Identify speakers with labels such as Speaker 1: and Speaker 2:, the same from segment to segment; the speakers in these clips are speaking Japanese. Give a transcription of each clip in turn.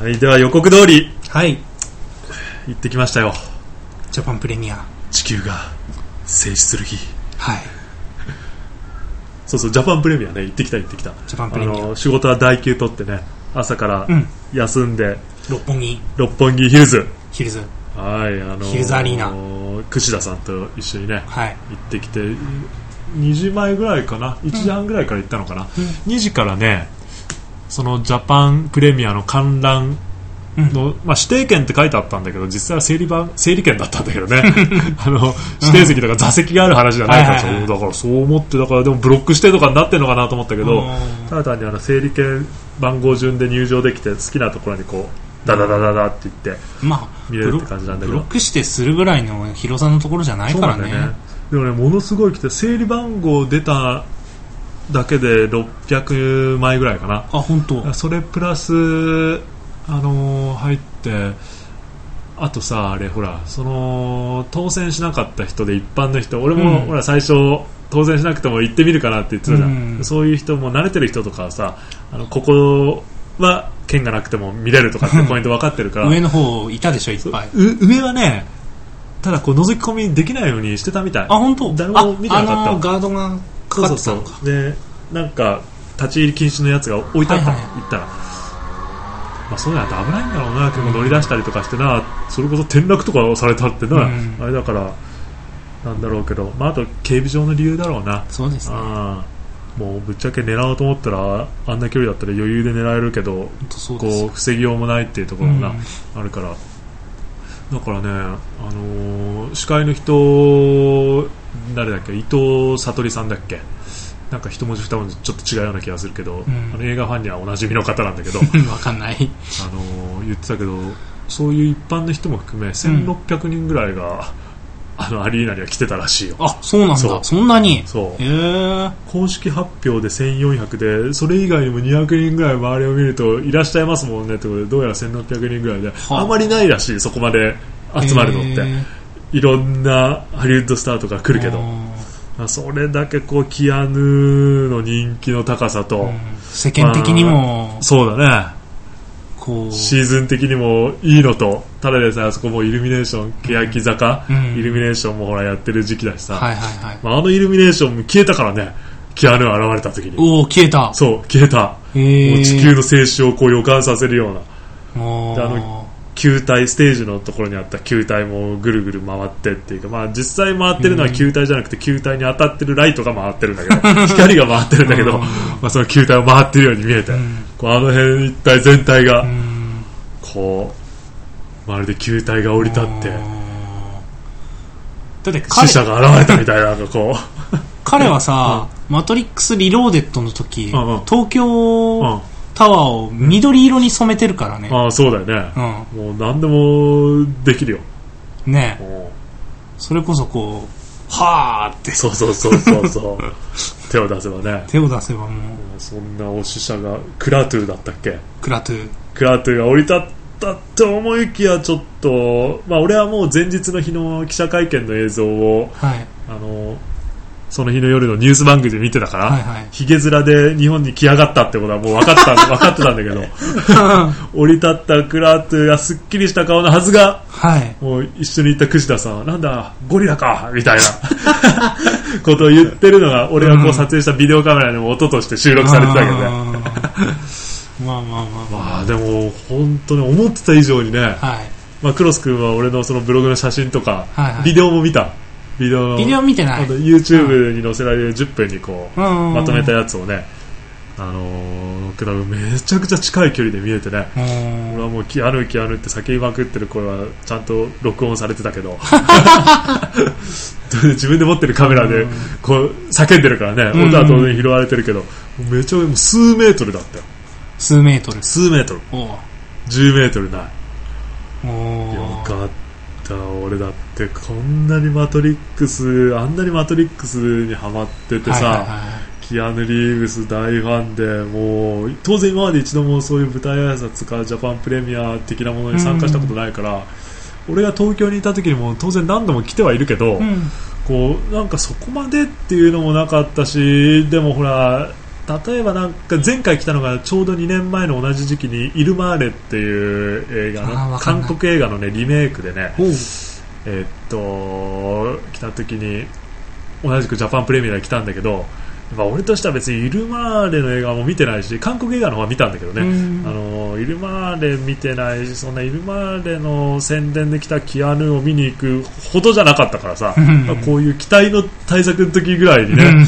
Speaker 1: はい、では予告通り
Speaker 2: はい
Speaker 1: 行ってきましたよ。
Speaker 2: ジャパンプレミア
Speaker 1: 地球が静止する日。
Speaker 2: はい
Speaker 1: そうそう、ジャパンプレミアね、行ってきた行ってきた。
Speaker 2: ジャパン
Speaker 1: あ
Speaker 2: プレミア
Speaker 1: の、仕事は代休取ってね、朝から
Speaker 2: うん
Speaker 1: 休んで、
Speaker 2: 六本木
Speaker 1: 六本木ヒルズ。
Speaker 2: ヒルズ
Speaker 1: はい、あのー
Speaker 2: ヒルズアリーナ
Speaker 1: 櫛田さんと一緒にね、
Speaker 2: はい
Speaker 1: 行ってきて、2時前ぐらいかな、1時半ぐらいから行ったのかな。2時からね、そのジャパンプレミアの観覧
Speaker 2: うん
Speaker 1: の、まあ、指定券って書いてあったんだけど実際は整理版整理券だったんだけどね あの指定席とか座席がある話じゃないから、
Speaker 2: はいはいはい
Speaker 1: そうだからそう思ってだからでもブロック指定とかになってるのかなと思ったけど
Speaker 2: うん
Speaker 1: ただ単にあの整理券番号順で入場できて好きなところにこうダダダダダって言って
Speaker 2: まあ
Speaker 1: 見れるって感じなんだけど
Speaker 2: ブロックしてするぐらいの広さのところじゃない
Speaker 1: そう
Speaker 2: か
Speaker 1: な
Speaker 2: ら
Speaker 1: んだ
Speaker 2: ね
Speaker 1: よねでもねものすごい来て整理番号出ただけで600枚ぐらいかな
Speaker 2: あ本当
Speaker 1: それプラス、あのー入ってあとさあれほらその当選しなかった人で一般の人俺も、
Speaker 2: うん
Speaker 1: ほら最初当選しなくても行ってみるかなって言ってたじゃん、
Speaker 2: うん
Speaker 1: そういう人も慣れてる人とかはさあのここは券がなくても見れるとかってポイント分かってるから
Speaker 2: 上の方いたでしょいっぱいう
Speaker 1: 上はねただこう覗き込みできないようにしてたみたい
Speaker 2: あ本当
Speaker 1: 誰も見てなかった
Speaker 2: ああのガードがかか
Speaker 1: そ
Speaker 2: っ
Speaker 1: う
Speaker 2: て
Speaker 1: そ
Speaker 2: た
Speaker 1: う
Speaker 2: の
Speaker 1: そ
Speaker 2: か
Speaker 1: うでなんか立ち入り禁止のやつが置いてあったの、
Speaker 2: はいはい
Speaker 1: 行ったら、まあ、そういうのは危ないんだろうな結構乗り出したりとかしてなそれこそ転落とかされたってな、
Speaker 2: うん
Speaker 1: あれだからなんだろうけど、まあ、あと警備上の理由だろうな
Speaker 2: そうですね本
Speaker 1: あーもうぶっちゃけ狙おうと思ったらあんな距離だったら余裕で狙えるけど
Speaker 2: 当そうです
Speaker 1: こう
Speaker 2: よ
Speaker 1: 防ぎようもないっていうところがな、
Speaker 2: うん
Speaker 1: あるからだからね、あのー司会の人誰だっけ伊藤悟さんだっけなんか一文字二文字ちょっと違うような気がするけど、
Speaker 2: ん
Speaker 1: あの映画ファンにはおなじみの方なんだけ ど、
Speaker 2: うんわかんない
Speaker 1: あのー言ってたけどそういう一般の人も含め1600人ぐらいが、あのアリーナには来てたらしいよ。
Speaker 2: あそうなん
Speaker 1: そう
Speaker 2: だそんなに
Speaker 1: そう
Speaker 2: へえ
Speaker 1: 公式発表で1400でそれ以外にも200人ぐらい周りを見るといらっしゃいますもんねってことでどうやら1600人ぐらいで、
Speaker 2: あ
Speaker 1: あまりないらしいそこまで集まるのって、いろんなハリウッドスターとか来るけどまあそれだけこうキアヌーの人気の高さと、
Speaker 2: 世間的にも
Speaker 1: そうだね
Speaker 2: こう
Speaker 1: シーズン的にもいいのとただでさえあそこもイルミネーション欅坂、
Speaker 2: うん
Speaker 1: イルミネーションもほらやってる時期だしさ、
Speaker 2: はいはいはい
Speaker 1: まあ、あのイルミネーションも消えたからねキアヌー現れた時に
Speaker 2: おお消えた
Speaker 1: そう消えた
Speaker 2: へ
Speaker 1: もう
Speaker 2: え
Speaker 1: 地球の静止をこう予感させるような
Speaker 2: もう
Speaker 1: であの球体ステージのところにあった球体もぐるぐる回ってっていうか、まあ、実際回ってるのは球体じゃなくて球体に当たってるライトが回ってるんだけど光が回ってるんだけど、
Speaker 2: うん
Speaker 1: まあ、その球体を回ってるように見えて、
Speaker 2: ん
Speaker 1: こうあの辺一体全体が
Speaker 2: うん
Speaker 1: こうまるで球体が降り立って
Speaker 2: だって
Speaker 1: 死
Speaker 2: 彼
Speaker 1: 者が現れたみたいななんかこ
Speaker 2: 彼はさ、マトリックスリローデッドの時、
Speaker 1: うんうん
Speaker 2: 東
Speaker 1: う、うん
Speaker 2: 京タワーを緑色に染めてるからね。
Speaker 1: ああそうだよね、
Speaker 2: う
Speaker 1: もう何でもできるよ
Speaker 2: ん。ねえ
Speaker 1: もう
Speaker 2: それこそこう、はーっ て
Speaker 1: そうそうそうそうそう 手を出せばね
Speaker 2: 手を出せばもう、
Speaker 1: そんなお死者がクラトゥーだったっけ
Speaker 2: クラトゥー。
Speaker 1: クラトゥーが降り立ったと思いきやちょっと、まあ、俺はもう前日の日の記者会見の映像を
Speaker 2: はい。
Speaker 1: あのその日の夜のニュース番組で見てたから、
Speaker 2: はいはい。
Speaker 1: ヒゲ面で日本に来やがったってことはもう分かった 分かってたんだけど降り立ったクラトゥーがすっきりした顔のはずが
Speaker 2: はい。
Speaker 1: もう一緒に行った櫛田さんはなんだゴリラかみたいな ことを言ってるのが俺がこう撮影したビデオカメラでも音として収録されてたけどね。
Speaker 2: あーまあまあまあま
Speaker 1: まあでも本当に思ってた以上にね、
Speaker 2: あ。はい。
Speaker 1: まあ、クロス君は俺のそのブログの写真とか、
Speaker 2: はいはい
Speaker 1: ビデオも見たビデオの
Speaker 2: ビデオ見てな
Speaker 1: あ
Speaker 2: い。
Speaker 1: の YouTube に載せられる10分にこう、
Speaker 2: ま
Speaker 1: まとめたやつをね、あのー、クラブめちゃくちゃ近い距離で見えてね俺はもうキアヌキアヌって叫びまくってる声はちゃんと録音されてたけど 自分で持ってるカメラでこう叫んでるからね音は当然拾われてるけど、めちゃもう数メートルだったよ
Speaker 2: 数メートル。
Speaker 1: 数メートル
Speaker 2: おー
Speaker 1: 10メートルない
Speaker 2: おー
Speaker 1: よかった俺だってこんなにマトリックスあんなにマトリックスにハマっててさ、
Speaker 2: はいはいはい
Speaker 1: キアヌ・リーブス大ファンでもう当然今まで一度もそういう舞台挨拶かジャパンプレミア的なものに参加したことないから、俺が東京にいた時にも当然何度も来てはいるけど、
Speaker 2: うん
Speaker 1: こうなんかそこまでっていうのもなかったしでもほら例えばなんか前回来たのがちょうど2年前の同じ時期に「イルマーレ」っていう映画
Speaker 2: あー
Speaker 1: の
Speaker 2: わかん
Speaker 1: 韓
Speaker 2: ない
Speaker 1: 国映画の、ね、リメイクでね、
Speaker 2: おう
Speaker 1: えーっと来た時に同じくジャパンプレミアで来たんだけどまあ俺としては別に「イルマーレ」の映画も見てないし韓国映画の方は見たんだけどね、
Speaker 2: うん
Speaker 1: あのイルマーレ見てないしそんなイルマーレの宣伝で来たキアヌを見に行くほどじゃなかったからさ、
Speaker 2: ん
Speaker 1: まあこういう期待の対策の時ぐらいにね、
Speaker 2: うん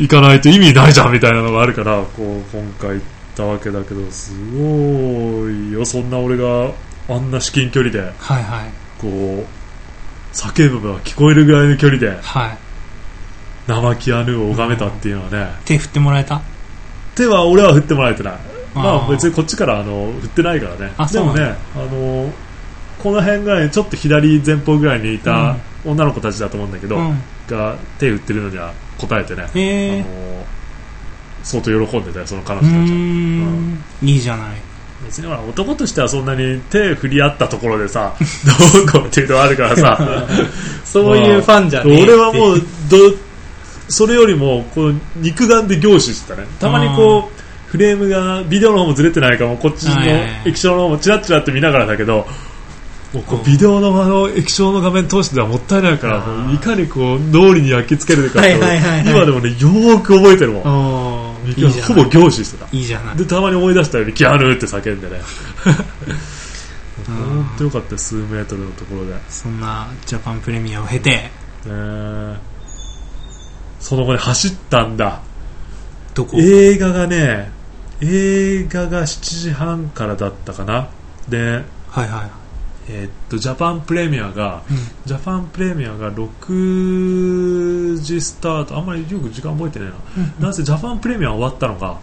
Speaker 1: 行かないと意味ないじゃんみたいなのがあるからこう今回行ったわけだけどすごいよそんな俺があんな至近距離で
Speaker 2: はいはい
Speaker 1: こう叫ぶが聞こえるぐらいの距離で
Speaker 2: はい
Speaker 1: 生キアヌを拝めたっていうのはね、
Speaker 2: 手振ってもらえた
Speaker 1: 手は俺は振ってもらえてないま
Speaker 2: あ
Speaker 1: あ
Speaker 2: ー
Speaker 1: 別にこっちからあの振ってないからね
Speaker 2: あ
Speaker 1: で
Speaker 2: そうな
Speaker 1: も
Speaker 2: んだ
Speaker 1: ねあのこの辺ぐらいちょっと左前方ぐらいにいた女の子たちだと思うんだけど、
Speaker 2: うん
Speaker 1: が手振ってるのには答えてね、
Speaker 2: え
Speaker 1: あ
Speaker 2: ー
Speaker 1: の相当喜んでたよその彼
Speaker 2: うー
Speaker 1: 女たちは
Speaker 2: んいいじゃない
Speaker 1: 別にほら男としてはそんなに手振り合ったところでさ どうこうっていうのはあるから さ
Speaker 3: そういうファンじゃねえ
Speaker 1: 俺はも
Speaker 3: う
Speaker 1: うどそれよりもこう肉眼で凝視してたねたまにこうフレームがビデオの方もずれてないからもうこっちの
Speaker 2: はいはいはい
Speaker 1: 液晶の方もチラッチラって見ながらだけどもうこ
Speaker 2: うん
Speaker 1: うビデオのあの液晶の画面通してではもったいないから
Speaker 2: あー
Speaker 1: もういかにこう脳裏に焼き付けるかって
Speaker 3: はいはいはいはい
Speaker 1: 今でもねよーく覚えてるもん
Speaker 2: おーいいじゃ
Speaker 1: ほぼ
Speaker 2: ない
Speaker 1: 凝視してた
Speaker 2: いいじゃない
Speaker 1: でたまに思い出したようにギャルって叫んでね
Speaker 2: うん
Speaker 1: 本当よかったよ数メートルのところで、ね
Speaker 2: そんなジャパンプレミアを経て
Speaker 1: えその後に走ったんだ
Speaker 2: どこ
Speaker 1: 映画がね映画が7時半からだったかなで
Speaker 2: はいはい
Speaker 1: えーっとジャパンプレミアが、
Speaker 2: うん
Speaker 1: ジャパンプレミアが6時スタートあんまりよく時間覚えてないな、なんせジャパンプレミア終わったのが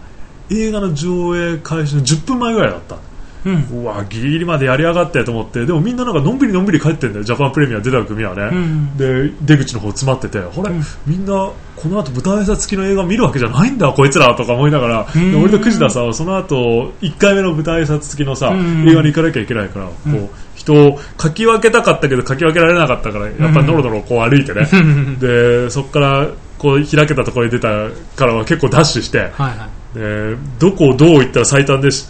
Speaker 1: 映画の上映開始の10分前ぐらいだった
Speaker 2: うん
Speaker 1: うわギリギリまでやりやがってと思ってでもみんななんかのんびりのんびり帰ってんだよジャパンプレミア出た組はね、
Speaker 2: うん
Speaker 1: で出口の方詰まっててほれ、
Speaker 2: うん
Speaker 1: みんなこの後舞台挨拶付きの映画見るわけじゃないんだこいつらとか思いながら
Speaker 2: うん
Speaker 1: で俺と藤田さんはその後1回目の舞台挨拶付きのさ
Speaker 2: うん
Speaker 1: 映画に行かなきゃいけないからこ
Speaker 2: ん
Speaker 1: う人をかき分けたかったけどかき分けられなかったからやっぱりのろのろこう歩いて ね でそこからこう開けたところに出たからは結構ダッシュして
Speaker 2: はいは
Speaker 1: でどこをどう行ったら最短でし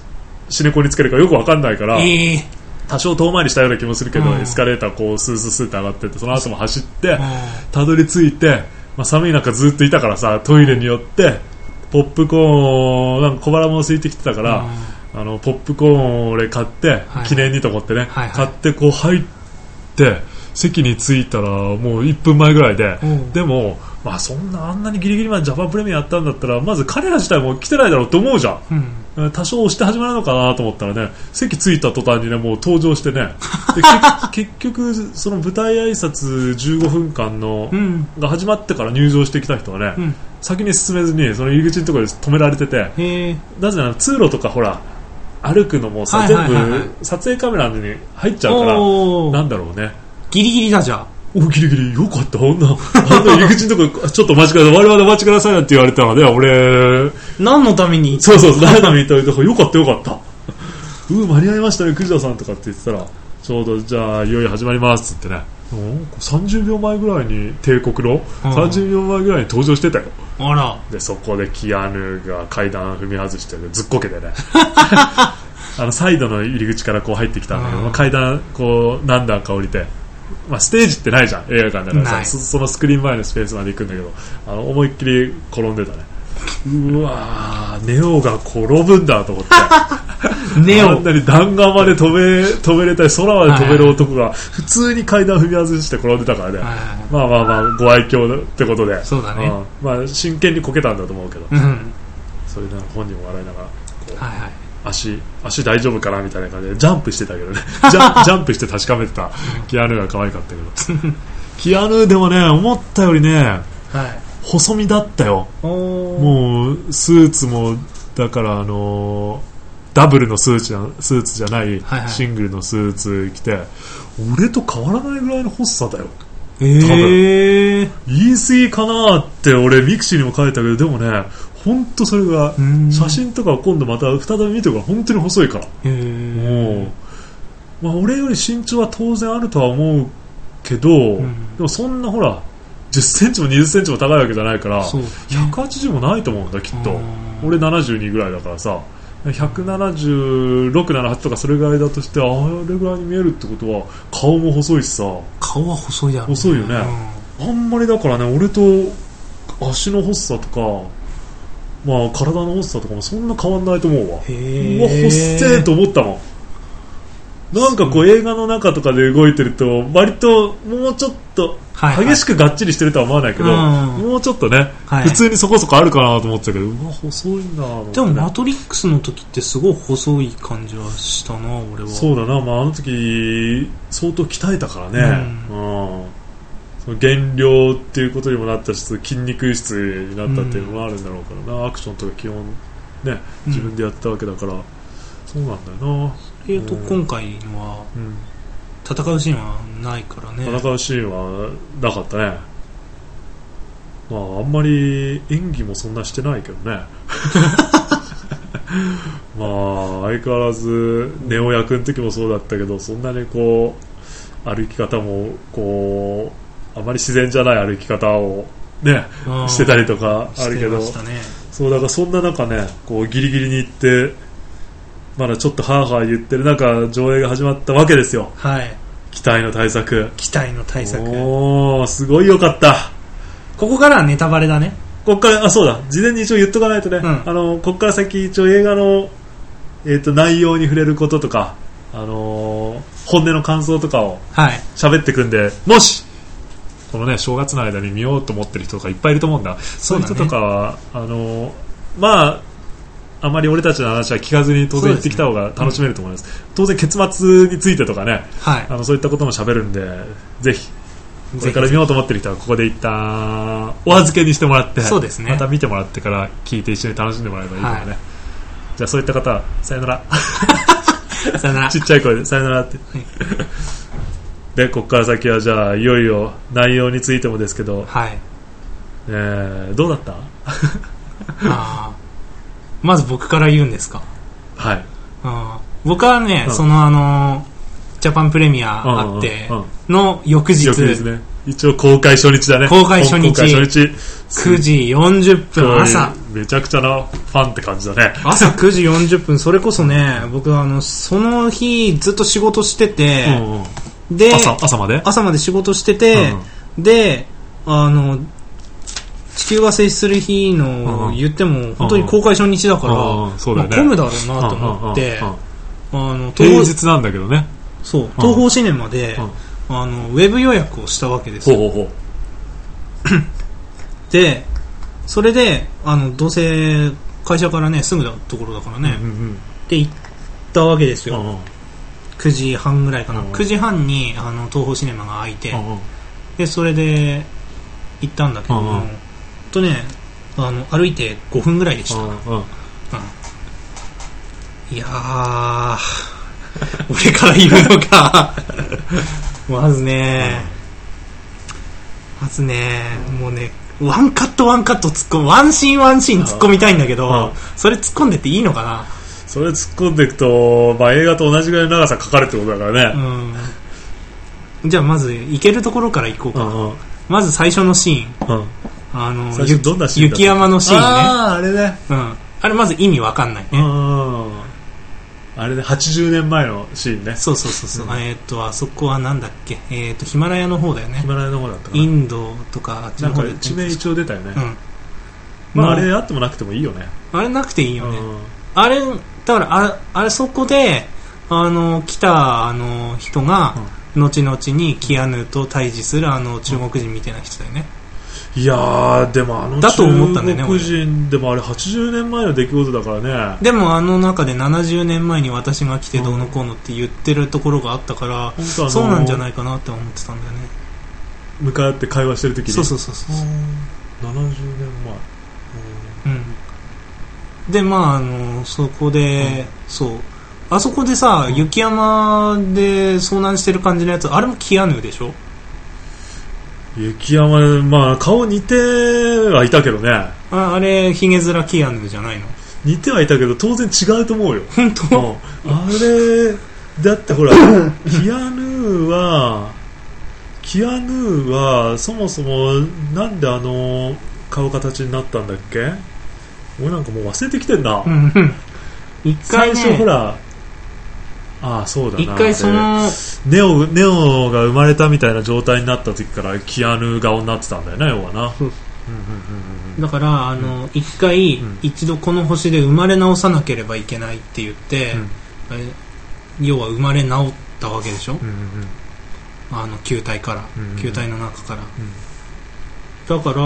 Speaker 1: 死猫につけるかよく分かんないから
Speaker 2: いええ
Speaker 1: 多少遠回りしたような気もするけど
Speaker 2: うん
Speaker 1: エスカレーターこうスースースーって上がってってその後も走って。
Speaker 2: あ
Speaker 1: たどり着いて、まあ、寒い中ずっといたからさトイレに寄ってポップコーンをなんか小腹も空いてきてたか
Speaker 2: ー
Speaker 1: ら、あのポップコーンを俺買って、
Speaker 2: はい
Speaker 1: 記念にと思ってね、
Speaker 2: はいはい
Speaker 1: 買ってこう入って席に着いたらもう1分前ぐらいで、
Speaker 2: うん
Speaker 1: でも、まあ、そんなあんなにギリギリまでジャパンプレミアやったんだったらまず彼ら自体も来てないだろうと思うじゃん。
Speaker 2: うん
Speaker 1: 多少押して始まるのかなと思ったらね席着いた途端にねもう登場してねで結結局その舞台挨拶15分間の
Speaker 2: うん
Speaker 1: が始まってから入場してきた人はね、
Speaker 2: うん
Speaker 1: 先に進めずにその入り口のところで止められてて
Speaker 2: へえ
Speaker 1: なぜなら通路とかほら歩くのもさ、
Speaker 2: はいはいはいは
Speaker 1: 全
Speaker 2: い
Speaker 1: 部撮影カメラに入っちゃうから
Speaker 2: お
Speaker 1: な
Speaker 2: ー
Speaker 1: んだろうね
Speaker 2: ギリギリだじゃあ
Speaker 1: おギリギリよかったあんなあんな入り口のとこ ろちょっとお待ちください我々お待ちくださいって言われたので俺
Speaker 2: 何のために
Speaker 1: そうそう、ダイナミーというとこ、よかったよかった。うん、間に合いましたね、クジラさんとかって言ってたら、ちょうど、じゃあ、いよいよ始まりますって言ってね。うん30秒前ぐらいに帝国の
Speaker 2: うん
Speaker 1: 30秒前ぐらいに登場してたよ
Speaker 2: あら
Speaker 1: でそこでキアヌが階段踏み外してずっこけて ねあのサイドの入り口からこう入ってきたんだけど、
Speaker 2: うん
Speaker 1: まあ階段こう何段か降りて、まあ、ステージってないじゃん映画館だから
Speaker 2: な
Speaker 1: さ
Speaker 2: い
Speaker 1: そそのスクリーン前のスペースまで行くんだけどあの思いっきり転んでたねうわーネオが転ぶんだと思って
Speaker 2: ネ
Speaker 1: あ
Speaker 2: オ
Speaker 1: んなに弾丸まで飛べ飛べれたり空まで飛べる男が普通に階段踏み外して転んでたからね、
Speaker 2: は
Speaker 1: まあまあまあご愛嬌ってことで
Speaker 2: そうだね
Speaker 1: んまあ、真剣にこけたんだと思うけど
Speaker 2: いうん
Speaker 1: それで本人も笑いながらこう
Speaker 2: はいはい
Speaker 1: 足足大丈夫かなみたいな感じでジャンプしてたけどね ジャンジャンプして確かめてたキアヌが可愛かったけど キアヌでもね思ったよりね
Speaker 2: はい
Speaker 1: 細身だったよ
Speaker 2: おー
Speaker 1: もうスーツもだからあのーダブルのスーツじゃスーツじゃない
Speaker 2: はいはい
Speaker 1: シングルのスーツ着て、俺と変わらないぐらいの細さだよ
Speaker 2: ええ
Speaker 1: 言い過ぎかなって俺ミクシーにも書いたけどでもね本当それが
Speaker 2: うん
Speaker 1: 写真とかを今度また再び見てから本当に細いから、
Speaker 2: へえ
Speaker 1: もう、まあ、俺より身長は当然あるとは思うけど、
Speaker 2: ん
Speaker 1: でもそんなほら1 0ンチも2 0ンチも高いわけじゃないから
Speaker 2: そう
Speaker 1: 180もないと思うんだきっと
Speaker 2: うん
Speaker 1: 俺72ぐらいだからさ17678とかそれぐらいだとしてあれぐらいに見えるってことは顔も細いしさ
Speaker 2: 顔は細いだろう、
Speaker 1: 細いよねあんまりだからね俺と足の細さとか、まあ、体の細さとかもそんな変わんないと思うわ
Speaker 2: うん、
Speaker 1: うわ、ほっせーと思ったもん。なんかこう映画の中とかで動いてると割ともうちょっと
Speaker 2: はいはい
Speaker 1: 激しくがっちりしてるとは思わないけど、
Speaker 2: うん
Speaker 1: もうちょっとね、
Speaker 2: はい
Speaker 1: 普通にそこそこあるかなと思ってたけどうわ細いなぁと思って
Speaker 2: でも、
Speaker 1: ね
Speaker 2: マトリックスの時ってすごい細い感じはしたな、俺は。
Speaker 1: そうだな、まあ、あの時相当鍛えたからね、うんその減量っていうことにもなったし筋肉質になったっていうのもあるんだろうからな、アクションとか基本ね
Speaker 2: うん
Speaker 1: 自分でやったわけだから、そうなんだよな、
Speaker 2: えーと、今回のは、
Speaker 1: うん
Speaker 2: 戦うシーンはないからね。
Speaker 1: 戦うシーンはなかったね、まあ、あんまり演技もそんなしてないけど ねまあ相変わらずネオ役の時もそうだったけどそんなにこう歩き方もこうあまり自然じゃない歩き方をね
Speaker 2: うん
Speaker 1: してたりとかある
Speaker 2: して
Speaker 1: けど
Speaker 2: ましたね。
Speaker 1: そうだからそんな中ねこうギリギリに行ってまだちょっとハーハー言ってる中上映が始まったわけですよ
Speaker 2: はい。
Speaker 1: 期待の対策
Speaker 2: 期待の対策。こ
Speaker 1: おー、すごいよかった。
Speaker 2: こからはネタバレだね。
Speaker 1: こっから、あ、そうだ、事前に一応言っとかないとね、
Speaker 2: うん
Speaker 1: あの、こっから先一応映画の、えっ、と、内容に触れることとか、あのー本音の感想とかを
Speaker 2: はい。
Speaker 1: 喋ってくんで、もし、このね、正月の間に見ようと思ってる人とかいっぱいいると思うんだ。そう
Speaker 2: う
Speaker 1: いう
Speaker 2: だね
Speaker 1: 人とかは、あのーまあ、あまり俺たちの話は聞かずに当然言ってきた方が楽しめると思います。当然結末についてとかね、
Speaker 2: はい。
Speaker 1: あのそういったことも喋るんで、ぜひ、これから見ようと思ってる人はここで一旦お預けにしてもらって
Speaker 2: そうですね
Speaker 1: また見てもらってから聞いて一緒に楽しんでもらえばいいからね、
Speaker 2: は
Speaker 1: じゃあそういった方はさよなら
Speaker 2: さよなら
Speaker 1: ち。っちゃい声でさよならって、
Speaker 2: い
Speaker 1: でここから先はじゃあいよいよ内容についてもですけど、
Speaker 2: はい。
Speaker 1: えーどうだった
Speaker 2: あーまず僕から言うんですか。
Speaker 1: はい
Speaker 2: あー僕はね、
Speaker 1: うん
Speaker 2: そのあのージャパンプレミアあって
Speaker 1: うんうんうん
Speaker 2: の翌日、
Speaker 1: 翌日ね一応公開初日だね
Speaker 2: 公開初日
Speaker 1: 公開初日
Speaker 2: 9時40分、朝。
Speaker 1: めちゃくちゃなファンって感じだね
Speaker 2: 朝9時40分、それこそね、僕はあの、その日ずっと仕事してて、
Speaker 1: うんうん
Speaker 2: で、
Speaker 1: 朝朝まで
Speaker 2: 朝まで仕事してて、で、あの、地球が静止する日
Speaker 1: う
Speaker 2: の
Speaker 1: ん
Speaker 2: 言っても、本当に公開初日だから、
Speaker 1: うんうんうんそうだよね
Speaker 2: まあ混むだろうなと思って、
Speaker 1: うんうんうんうん
Speaker 2: あの、
Speaker 1: 平
Speaker 2: 東
Speaker 1: 日なんだけどね
Speaker 2: そう東方シネマで、あの、ウェブ予約をしたわけですよ。
Speaker 1: ほうほう
Speaker 2: で、それで、あの、どうせ会社からね、すぐのところだからね、
Speaker 1: うんうん
Speaker 2: で行ったわけです
Speaker 1: う
Speaker 2: よ。
Speaker 1: んうん
Speaker 2: 9時半ぐらいかな、
Speaker 1: うん
Speaker 2: 9時半にあの東宝シネマが開いて、
Speaker 1: うんうん
Speaker 2: でそれで行ったんだけども、
Speaker 1: うんうん
Speaker 2: ほんとねあの歩いて5分ぐらいでした、
Speaker 1: うんうん
Speaker 2: いやー俺から言う のかまずね、まずねもうねワンカットワンカット突っ込むワンシーンワンシーン突っ込みたいんだけど、
Speaker 1: うん
Speaker 2: それ突っ込んでっていいのかな
Speaker 1: それ突っ込んでいくと、まあ、映画と同じぐらいの長さかかるってことだからね、
Speaker 2: うんじゃあまず行けるところから行こう
Speaker 1: う
Speaker 2: か、
Speaker 1: んうんうん、
Speaker 2: まず最初のシーンあの
Speaker 1: 最初どんなシーンだった
Speaker 2: 雪山のシーンね
Speaker 1: あああれね
Speaker 2: うんあれまず意味わかんない
Speaker 1: うん
Speaker 2: ね、
Speaker 1: うんうんあれね80年前のシーンね
Speaker 2: そうそうそうそう、
Speaker 1: うん
Speaker 2: えーっとあそこはなんだっけえーっとヒマラヤの方だよね
Speaker 1: ヒマラヤの方だったか
Speaker 2: イ
Speaker 1: な
Speaker 2: ンドとかあっち
Speaker 1: な
Speaker 2: の
Speaker 1: ん
Speaker 2: 方
Speaker 1: か
Speaker 2: で
Speaker 1: 地名一応出たよね、
Speaker 2: うん
Speaker 1: まあ、あ
Speaker 2: もう
Speaker 1: れあってもなくてもいいよね
Speaker 2: あれなくていいよね、
Speaker 1: うん
Speaker 2: あれだからああれそこであの来たあの人が、後々にキアヌと対峙するあの中国人みたいな人だよね、
Speaker 1: いやーでもあの
Speaker 2: だと思ったんだよね
Speaker 1: 中国人でもあれ80年前の出来事だからね
Speaker 2: でもあの中で70年前に私が来てどうのこうのって言ってるところがあったから、
Speaker 1: 本当あの
Speaker 2: そうなんじゃないいかなって思ってたんだよね
Speaker 1: 向かって会話してる時に
Speaker 2: そうそうそうそう、
Speaker 1: 70年前
Speaker 2: うん、でまああのそこで、そうあそこでさ、
Speaker 1: うん
Speaker 2: 雪山で遭難してる感じのやつあれもキアヌでしょ
Speaker 1: 雪山、まあ、顔似てはいたけどね
Speaker 2: ああれヒゲ面キアヌじゃないの
Speaker 1: 似てはいたけど当然違うと思うよ
Speaker 2: 本当、
Speaker 1: うんあれだって ほらキアヌーはキアヌーはそもそもなんであの顔形になったんだっけ俺なんかもう忘れてきてんな、
Speaker 2: うんうん一
Speaker 1: 最
Speaker 2: 回、ね、
Speaker 1: 初ほらああそうだな
Speaker 2: 一回その、
Speaker 1: ネオネオが生まれたみたいな状態になった時からキアヌ顔になってたんだよね要はな
Speaker 2: そうだから、あの、一回
Speaker 1: うん、
Speaker 2: 一度この星で生まれ直さなければいけないって言って、
Speaker 1: うん
Speaker 2: え要は生まれ直ったわけでしょ
Speaker 1: うんうんうん
Speaker 2: あの、球体から、
Speaker 1: うん
Speaker 2: 球体の中から。だから、あ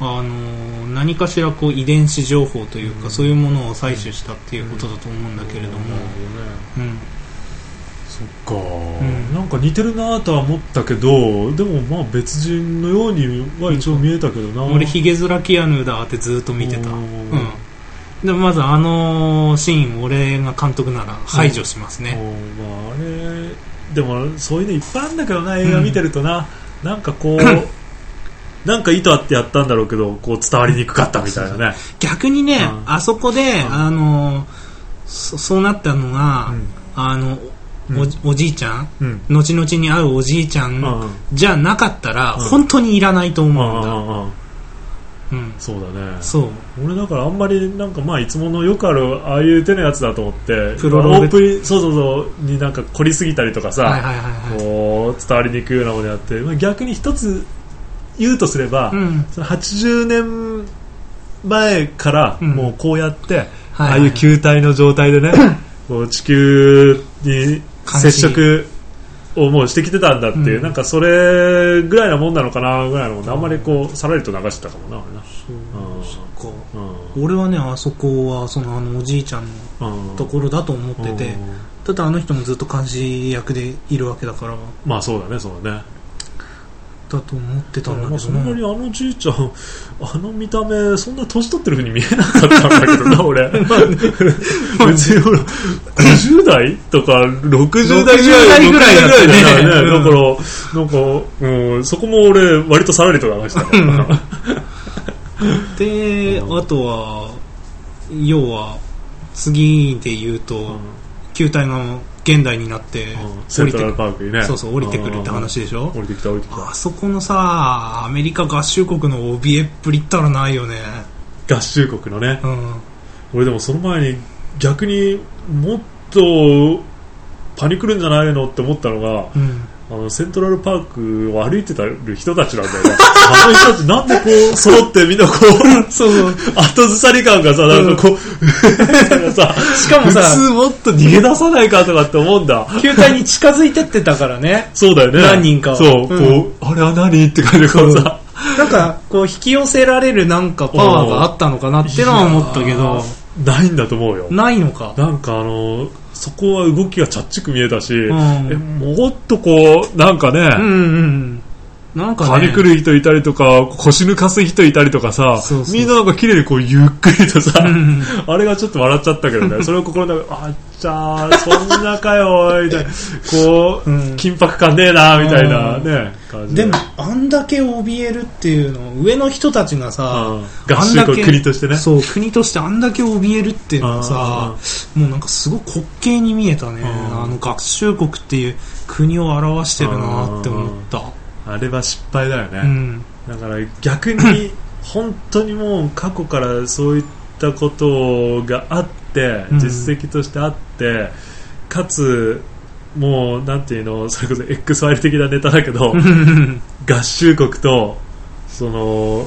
Speaker 2: の、何かしらこう遺伝子情報という
Speaker 1: う
Speaker 2: か、
Speaker 1: ん
Speaker 2: そういうものを採取したっていうことだと思うんだけれども、うん。
Speaker 1: そっか、
Speaker 2: ん
Speaker 1: なんか似てるなとは思ったけどでもまあ別人のようには一応見えたけどな
Speaker 2: 俺、ヒゲズラキアヌだってずっと見てた。
Speaker 1: おー
Speaker 2: うん。でもまずあのシーン、俺が監督なら排除しますね。
Speaker 1: おーまあ、あれでもそういうのいっぱいあるんだけどな映画見てるとな、なんか こうなんか意図あってやったんだろうけどこう伝わりにくかったみたいなね
Speaker 2: 逆に
Speaker 1: う
Speaker 2: ね、
Speaker 1: ん
Speaker 2: あそこで、
Speaker 1: うん
Speaker 2: あのそそうなったのが、あの
Speaker 1: うん
Speaker 2: おじおじいちゃん
Speaker 1: うんうん
Speaker 2: 後々に会うおじいちゃ
Speaker 1: うんん
Speaker 2: じゃなかったら、
Speaker 1: うん
Speaker 2: 本当にいらないと
Speaker 1: ま
Speaker 2: 思うんだ、
Speaker 1: あ
Speaker 2: うん、
Speaker 1: そうだね
Speaker 2: そう
Speaker 1: 俺だからあんまりなんかまあいつものよくあるああいう手のやつだと思って
Speaker 2: プロローグ
Speaker 1: まあオープンそうそうそうになんか凝りすぎたりとかさ、
Speaker 2: はいはいはいはい
Speaker 1: こう伝わりにくいようなものやって、まあ、逆に一つ言うとすれば、
Speaker 2: うん
Speaker 1: その80年前から
Speaker 2: うん
Speaker 1: もうこうやって、
Speaker 2: はい
Speaker 1: ああいう球体の状態で ねこう地球に接触をもうしてきてたんだっていう、
Speaker 2: うん
Speaker 1: なんかそれぐらいなもんなのかなぐらいのもんであんまりこうさらりと流してたかもな俺なうん
Speaker 2: そうか
Speaker 1: う
Speaker 2: 俺はねあそこはそのあのおじいちゃんの
Speaker 1: んうん
Speaker 2: ところだと思ってて、
Speaker 1: うん
Speaker 2: だってあの人もずっと監視役でいるわけだから
Speaker 1: まあそうだねそうだね
Speaker 2: だと思ってたんだ
Speaker 1: まあ
Speaker 2: け
Speaker 1: そ
Speaker 2: ど
Speaker 1: んな
Speaker 2: な、
Speaker 1: にあのじいちゃんあの見た目そんな年取ってるふうに見えなかったんだけど な俺 別にほら50代とか60代
Speaker 2: 60代ぐらいだったね
Speaker 1: 60代だよねだ
Speaker 2: うん
Speaker 1: からなんか、うん、そこも俺割とさらりと流したからな
Speaker 2: で、
Speaker 1: うん
Speaker 2: あとは要は次で言うと、球体が現代になって
Speaker 1: うんセ
Speaker 2: 降
Speaker 1: ン
Speaker 2: り
Speaker 1: ト
Speaker 2: て
Speaker 1: ラル
Speaker 2: く
Speaker 1: パークにね
Speaker 2: そうそう降りてくるって話でしょ
Speaker 1: うん降りてきた降りてき
Speaker 2: あそこのさアメリカ合衆国の怯えっぷりったらないよね
Speaker 1: た合衆国のね
Speaker 2: うん
Speaker 1: 俺でもその前に逆にもっとパニクるんじゃないのって思ったのが
Speaker 2: うん
Speaker 1: あのセントラルパークを歩いてたる人たちなんだ よねあの人たちなんでこう揃ってみんなこう
Speaker 2: そうそう
Speaker 1: 後ずさり感がさなんかこう さ
Speaker 2: しかもさ
Speaker 1: 普通もっと逃げ出さないかとかって思うんだ
Speaker 2: 球体に近づいてってたからね
Speaker 1: そうだよね
Speaker 2: 何人かは
Speaker 1: そう、
Speaker 2: うん
Speaker 1: こうあれは何って感じでこうさ、
Speaker 2: なんかこう引き寄せられるなんかパワーがあったのかなってのは思ったけど
Speaker 1: ないんだと思うよ
Speaker 2: ないのか
Speaker 1: なんかあのそこは動きがちゃっちく見えたし、
Speaker 2: ん
Speaker 1: えもっとこうなんかね、
Speaker 2: うんうんうんなんか
Speaker 1: パ
Speaker 2: ね
Speaker 1: ニクる人いたりとか、腰抜かす人いたりとかさ、
Speaker 2: そうそう
Speaker 1: みんななんか綺麗にこうゆっくりとさ、
Speaker 2: ん
Speaker 1: あれがちょっと笑っちゃったけど ね、それを心の中で、あっちゃー、そんなかよ、みたいな、こう、
Speaker 2: うん
Speaker 1: 緊迫感ねえな、みたいな
Speaker 2: うん
Speaker 1: ね、感じ
Speaker 2: でもあんだけ怯えるっていうの上の人たち
Speaker 1: う
Speaker 2: が
Speaker 1: ん
Speaker 2: さ、
Speaker 1: 合衆国国としてね。
Speaker 2: そう国としてあんだけ怯えるっていうのはさもうなんかすごい滑稽に見えたね
Speaker 1: うん
Speaker 2: あの合衆国っていう国を表してるなって思った
Speaker 1: あれは失敗だよね。
Speaker 2: うん
Speaker 1: だから逆に 本当にもう過去からそういったことがあって
Speaker 2: うん
Speaker 1: 実績としてあって、かつもうなんていうのそれこそ X ファイル的なネタだけ ど合衆国とその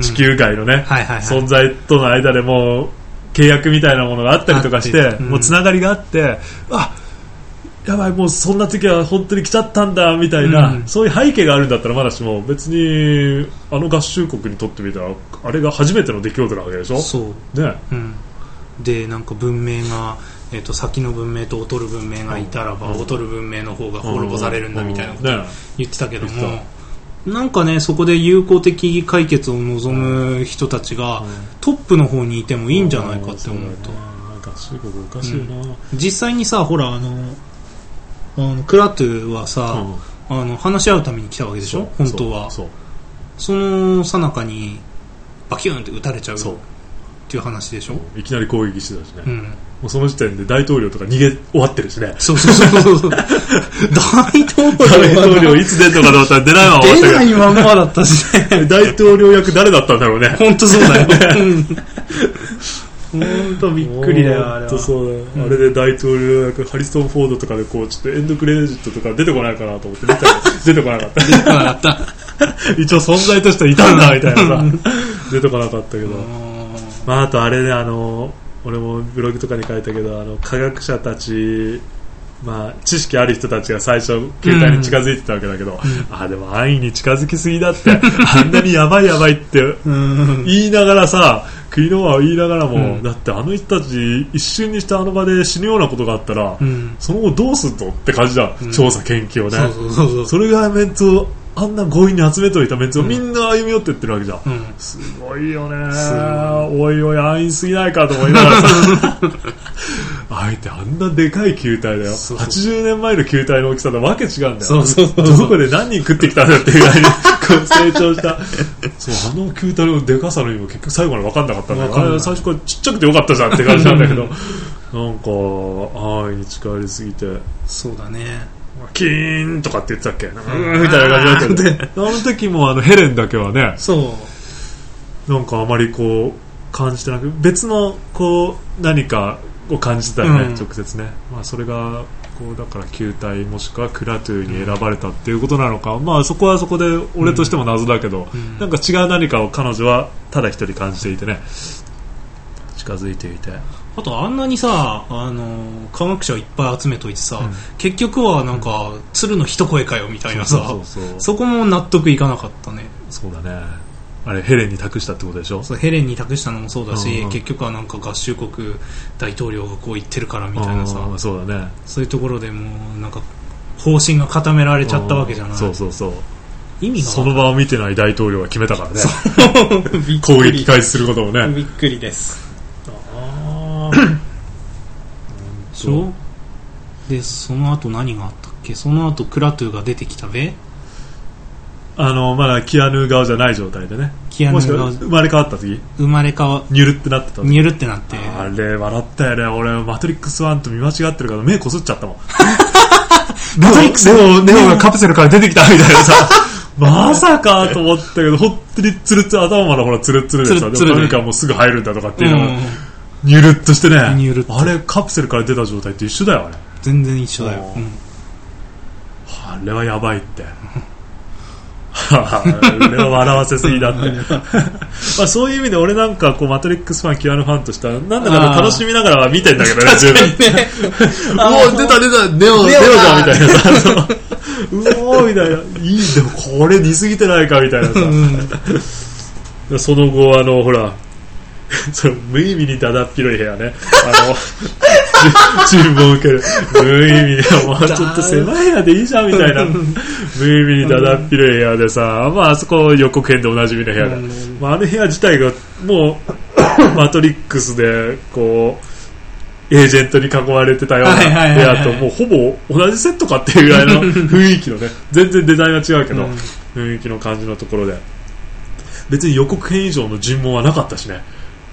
Speaker 1: 地球外のね、
Speaker 2: はいはいはい
Speaker 1: 存在との間でも契約みたいなものがあったりとかし
Speaker 2: あ
Speaker 1: て、
Speaker 2: ってうん
Speaker 1: もうつながりがあってあやばいもうそんな時は本当に来ちゃったんだみたいな、
Speaker 2: うん
Speaker 1: そういう背景があるんだったらまだしも別にあの合衆国にとってみたらあれが初めての出来事なわけでしょ
Speaker 2: そう、
Speaker 1: ね
Speaker 2: うん、でなんか文明が、えっと先の文明と劣る文明がいたらば、
Speaker 1: うん
Speaker 2: 劣る文明の方が滅ぼされるんだみたいなこと
Speaker 1: ね
Speaker 2: 言ってたけども、
Speaker 1: 言って
Speaker 2: なんかねそこで友好的解決を望む人たちが、トップの方にいてもいいんじゃないかって思うと、
Speaker 1: そだよね合衆国おかしいな、うん
Speaker 2: 実際にさほらあのあのクラトゥはさ、あの話し合うために来たわけでしょ
Speaker 1: そう
Speaker 2: 本当はそ
Speaker 1: そう
Speaker 2: の最中にバキューンって撃たれちゃうっ
Speaker 1: そう
Speaker 2: ていう話でしょ
Speaker 1: そういきなり攻撃してたしね、
Speaker 2: うん
Speaker 1: もうその時点で大統領とか逃げ終わってるし ね
Speaker 2: そうそうそ うそう。大統領
Speaker 1: 大
Speaker 2: は
Speaker 1: 統領いつ出るのかと思ったら出ないわ
Speaker 2: 出ないまんまだったし ね。
Speaker 1: 大統領役誰だったんだろうね
Speaker 2: ほんとそうだよ。 ほんとびっくりだよ、あ
Speaker 1: ほ
Speaker 2: れ
Speaker 1: んと
Speaker 2: は。
Speaker 1: そうだよ、あれで大統領役ハリソン・フォードとかでこうちょっとエンドクレジットとか出てこないかなと思って見たら出てこなかった
Speaker 2: 出てこなかった。
Speaker 1: 一応存在としてはいたんだみたいなさ出てこなかったけど、まあ、あとあれねあの俺もブログとかに書いたけどあの科学者たちまあ、知識ある人たちが最初携帯に近づいてたわけだけど、あでも安易に近づきすぎだってあんなにやばいやばいって
Speaker 2: うん。
Speaker 1: 言いながらさ国のは言いながらも、
Speaker 2: うん
Speaker 1: だってあの人たち一瞬にしてあの場で死ぬようなことがあったら、
Speaker 2: うん。
Speaker 1: その後どうすんのって感じだ、
Speaker 2: うん
Speaker 1: 調査研究をね
Speaker 2: そうそうそうそう。
Speaker 1: それがメンツをあんな強引に集めておいたメンツをみんな歩み寄ってってるわけじゃん、
Speaker 2: うん、
Speaker 1: すごいよね
Speaker 2: す
Speaker 1: おいおい安易すぎないかと思いながらさあえてあんなでかい球体だよ
Speaker 2: そう
Speaker 1: 80年前の球体の大きさとわけ違うんだよ
Speaker 2: そうそうそう
Speaker 1: どこで何人食ってきたんだっていうぐ らいにこう成長したそうあの球体のでかさの意味も結局最後まで分かんなかったんだけ
Speaker 2: 分かんない
Speaker 1: どあれ最初からちっちゃくてよかったじゃんって感じなんだけどなんか安易に近寄りすぎて
Speaker 2: そうだね。
Speaker 1: キーンとかって言ってたっけなんかうーんみたいな感じだ ったけどあの時もあのヘレンだけはね
Speaker 2: そ
Speaker 1: なんかあまりこう感じてなく別のこう何かを感じてたよね、
Speaker 2: うん
Speaker 1: 直接ね、まあ、それがこうだから球体もしくはクラトゥーに選ばれたっていうことなのか、まあ、そこはそこで俺としても謎だけど、
Speaker 2: ん
Speaker 1: なんか違う何かを彼女はただ一人感じていてね近づいていて
Speaker 2: う。あとあんなにさ、あの、科学者をいっぱい集めといてさ、
Speaker 1: うん
Speaker 2: 結局はなんか、鶴の一声かよみたいなさ、
Speaker 1: そうそうそう
Speaker 2: そこも納得いかなかったね。
Speaker 1: そうだねあれヘレンに託したってことでしょ
Speaker 2: そうヘレンに託したのもそうだし、
Speaker 1: うんうん
Speaker 2: 結局はなんか合衆国大統領がこう言ってるからみたいなさ
Speaker 1: あーそうだね
Speaker 2: そういうところでもうなんか方針が固められちゃったわけじゃない
Speaker 1: そうそうそう
Speaker 2: 意味が
Speaker 1: その場を見てない大統領が決めたからね
Speaker 2: び っ
Speaker 1: 攻
Speaker 2: く
Speaker 1: 撃
Speaker 2: り
Speaker 1: 開始することもね
Speaker 2: びっくりです
Speaker 1: あ
Speaker 2: そうでその後何があったっけその後クラトゥが出てきたべ
Speaker 1: あのまだキアヌ顔じゃない状態でね
Speaker 2: キアヌ
Speaker 1: もしく
Speaker 2: が
Speaker 1: は生まれ変わった時
Speaker 2: 生まれ変わ
Speaker 1: ニュルってなってた時
Speaker 2: にゅるってなって
Speaker 1: あれ笑ったよね俺マトリックス1と見間違ってるから目こすっちゃった もんマトリックスネオネオがカプセルから出てきたみたいなさまさかと思ったけど本当にツルツル頭まだほらツルツルでさ
Speaker 2: ツルツ
Speaker 1: で
Speaker 2: ルで
Speaker 1: も何かもうすぐ入るんだとかっていうのが
Speaker 2: うん
Speaker 1: ニュルっとしてね
Speaker 2: ニュルっと
Speaker 1: あれカプセルから出た状態って一緒だよあれ
Speaker 2: 全然一緒だよ、
Speaker 1: う
Speaker 2: うんん
Speaker 1: あれはやばいって あれは笑わせすぎだってまあそういう意味で俺なんかこうマトリックスファンキュアヌファンとしたらなんだか楽しみながらは見てんだけ どね十分うお出た出たネオネオだみたいなさそううおーみたいないいでもこれ似すぎてないかみたいなさその後あのほら その無意味にだだっ広い部屋ねあの 注注文を受ける無意味にもうちょっと狭い部屋でいいじゃんみたいな無意味にだだっ広い部屋でさ、まああそこ予告編でおなじみの部屋で、
Speaker 2: うん
Speaker 1: まあ、あの部屋自体がも うマトリックスでこうエージェントに囲まれてたような
Speaker 2: はいはい
Speaker 1: 部
Speaker 2: はいはい
Speaker 1: 屋ともうほぼ同じセットかっていうぐらいの雰囲気の ね全然デザインは違うけど、
Speaker 2: うん
Speaker 1: 雰囲気の感じのところで別に予告編以上の尋問はなかったし ね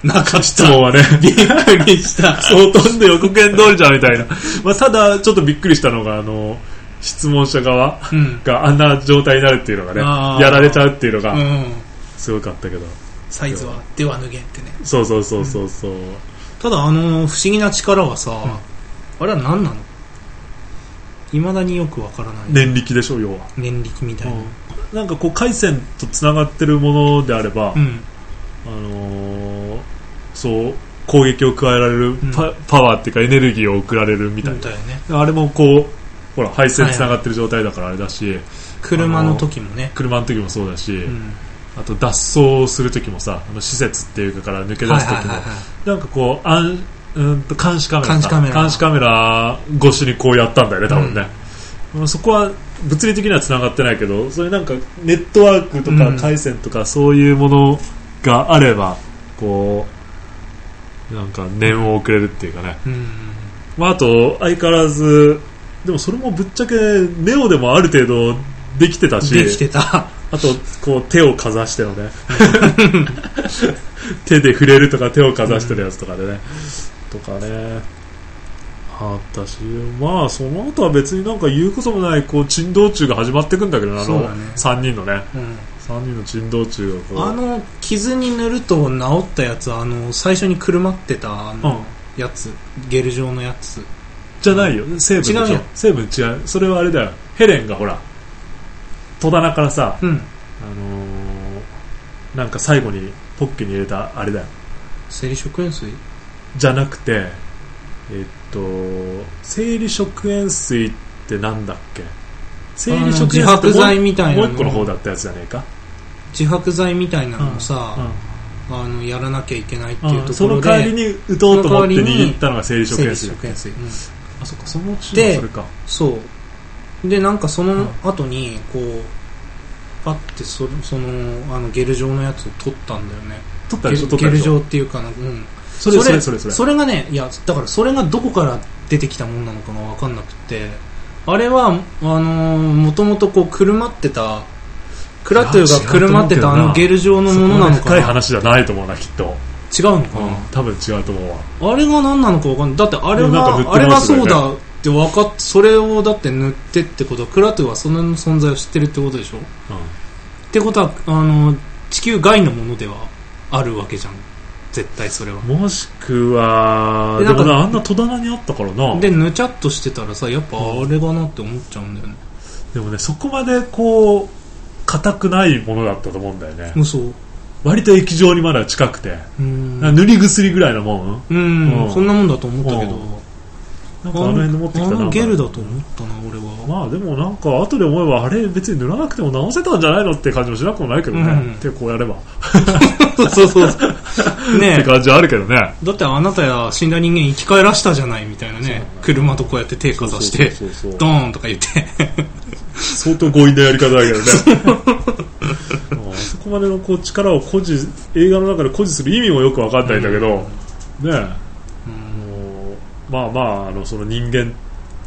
Speaker 2: なんか
Speaker 1: 質問 はね
Speaker 2: びっくりした
Speaker 1: ほとんど予告編通りじゃんみたいな、まあ、ただちょっとびっくりしたのがあの質問者側
Speaker 2: うん
Speaker 1: があんな状態になるっていうのがね
Speaker 2: あー
Speaker 1: やられちゃうっていうの
Speaker 2: う
Speaker 1: が
Speaker 2: ん
Speaker 1: すごかったけど、
Speaker 2: サイズはでは脱げってね
Speaker 1: そうそうそうそうそう、
Speaker 2: ただあの不思議な力はさ、あれは何なのいまだによくわからない、
Speaker 1: 念力でしょ要は
Speaker 2: 念力みたいな
Speaker 1: なんかこう回線とつながってるものであれば、
Speaker 2: うん
Speaker 1: あのーそう攻撃を加えられる
Speaker 2: ん
Speaker 1: パ,、パワーっていうかエネルギーを送られるみたい
Speaker 2: みたいね
Speaker 1: な、あれもこうほら配線つながってる状態だからあれだし、
Speaker 2: 車の時もね、
Speaker 1: 車の時もそうだし、
Speaker 2: うん
Speaker 1: あと脱走する時もさあの施設っていうかから抜け出
Speaker 2: はい
Speaker 1: す
Speaker 2: はい
Speaker 1: 時も、
Speaker 2: はいはい
Speaker 1: なんかこうあんうんと監視カメラか
Speaker 2: 監視カメラ
Speaker 1: 監視カメラ越しにこうやったんだよね多分ね、うんそこは物理的にはつながってないけどそういうなんかネットワークと
Speaker 2: う
Speaker 1: か
Speaker 2: ん
Speaker 1: 回線とかそういうものがあればこうなんか念を送れるっていうかね、
Speaker 2: うん
Speaker 1: まあ、あと相変わらずでもそれもぶっちゃけネオでもある程度できてたし
Speaker 2: できてた
Speaker 1: あとこう手をかざしてのね 手で触れるとか手をかざしてるやつとかでね、とかね私まあその後は別になんか言うこともないこう珍道中が始まっていくんだけどねあ
Speaker 2: そう
Speaker 1: の
Speaker 2: だね
Speaker 1: 3人のね
Speaker 2: うん
Speaker 1: 3人の珍道中がこう
Speaker 2: あの傷に塗ると治ったやつあの最初にくるまってたあ
Speaker 1: うん
Speaker 2: のやつ、ゲル状のやつ
Speaker 1: じゃないよ成分でし
Speaker 2: 違う
Speaker 1: ょ
Speaker 2: よ
Speaker 1: 成分違うそれはあれだよヘレンがほら戸棚からさ
Speaker 2: うん
Speaker 1: あのーなんか最後にポッケに入れたあれだよ
Speaker 2: 生理食塩水
Speaker 1: じゃなくてえっと生理食塩水ってなんだっけ生理食
Speaker 2: 自
Speaker 1: 塩水
Speaker 2: 白
Speaker 1: ってもう
Speaker 2: 剤みたい
Speaker 1: も
Speaker 2: な
Speaker 1: う一個の方
Speaker 2: の
Speaker 1: だったやつじゃねえか、
Speaker 2: 自白剤みたいなのを
Speaker 1: うん
Speaker 2: さ、あのやらなきゃいけないっていう
Speaker 1: うん
Speaker 2: と
Speaker 1: そ
Speaker 2: ころ
Speaker 1: の
Speaker 2: で、
Speaker 1: 代わりに打とうと思って
Speaker 2: その代わりに
Speaker 1: 握ったのが生理食
Speaker 2: 生
Speaker 1: 塩
Speaker 2: 理
Speaker 1: 水
Speaker 2: 食塩水、うん
Speaker 1: あそっかそのうち
Speaker 2: で
Speaker 1: のそれか
Speaker 2: そうでなんかその後にこうパッてそそのあのゲル状のやつを取ったんだよね
Speaker 1: 取った
Speaker 2: ゲ
Speaker 1: でしょ
Speaker 2: ル
Speaker 1: 取った
Speaker 2: ゲル
Speaker 1: でし
Speaker 2: 状
Speaker 1: ょ
Speaker 2: っていうかな、うん、
Speaker 1: それそれそれそれ
Speaker 2: それがねいやだからそれがどこから出てきたものなのかが分かんなくてあれはあのー、もともとこうくるまってたクラトゥーがくるまってたあ
Speaker 1: いや違うと思うけどな
Speaker 2: のゲル状のものな
Speaker 1: そこま
Speaker 2: のか
Speaker 1: で深い
Speaker 2: な
Speaker 1: 話じゃないと思うなきっと、
Speaker 2: 違うのかな、
Speaker 1: 多分違うと思うわ
Speaker 2: あれが何なのか分かんないだってあれ
Speaker 1: うんなんか塗
Speaker 2: は、
Speaker 1: って
Speaker 2: あれ
Speaker 1: ま
Speaker 2: が
Speaker 1: すよ
Speaker 2: そ
Speaker 1: ね
Speaker 2: うだって分かっそれをだって塗ってってことはクラトゥーはその存在を知ってるってことでしょってことはあの地球外のものではあるわけじゃん絶対それは
Speaker 1: もしくは
Speaker 2: で
Speaker 1: で
Speaker 2: なんか
Speaker 1: もなあんな戸棚にあったからなで
Speaker 2: でぬちゃっとしてたらさやっぱあれかなって思っちゃうんだよね
Speaker 1: もねそこまでこう硬くないものだったと思うんだよね、
Speaker 2: もうそう
Speaker 1: 割と液状にまだ近くて、
Speaker 2: うん
Speaker 1: なんか塗り薬ぐらいのもん
Speaker 2: うん、
Speaker 1: うん
Speaker 2: そんなもんだと思ったけど、
Speaker 1: うんなんかあの辺で持ってきたな
Speaker 2: あのゲルだと
Speaker 1: なんか
Speaker 2: 思ったな 俺は、
Speaker 1: まあでもなんか後で思えばあれ別に塗らなくても直せたんじゃないのって感じもしなくもないけどね、
Speaker 2: うん
Speaker 1: ってこうやれば、
Speaker 2: そうそうそう
Speaker 1: って
Speaker 2: ねえ
Speaker 1: 感じはあるけどね
Speaker 2: だってあなたや死んだ人間生き返らしたじゃないみたいなね車とこうやって手かざして
Speaker 1: そうそうそう
Speaker 2: ド
Speaker 1: そう
Speaker 2: ーンとか言って
Speaker 1: 相当強引なやり方だけどねうんあそこまでのこう力を誇示映画の中で誇示する意味もよく分かんないんだけど、ね
Speaker 2: うん
Speaker 1: もうまあまああのその人間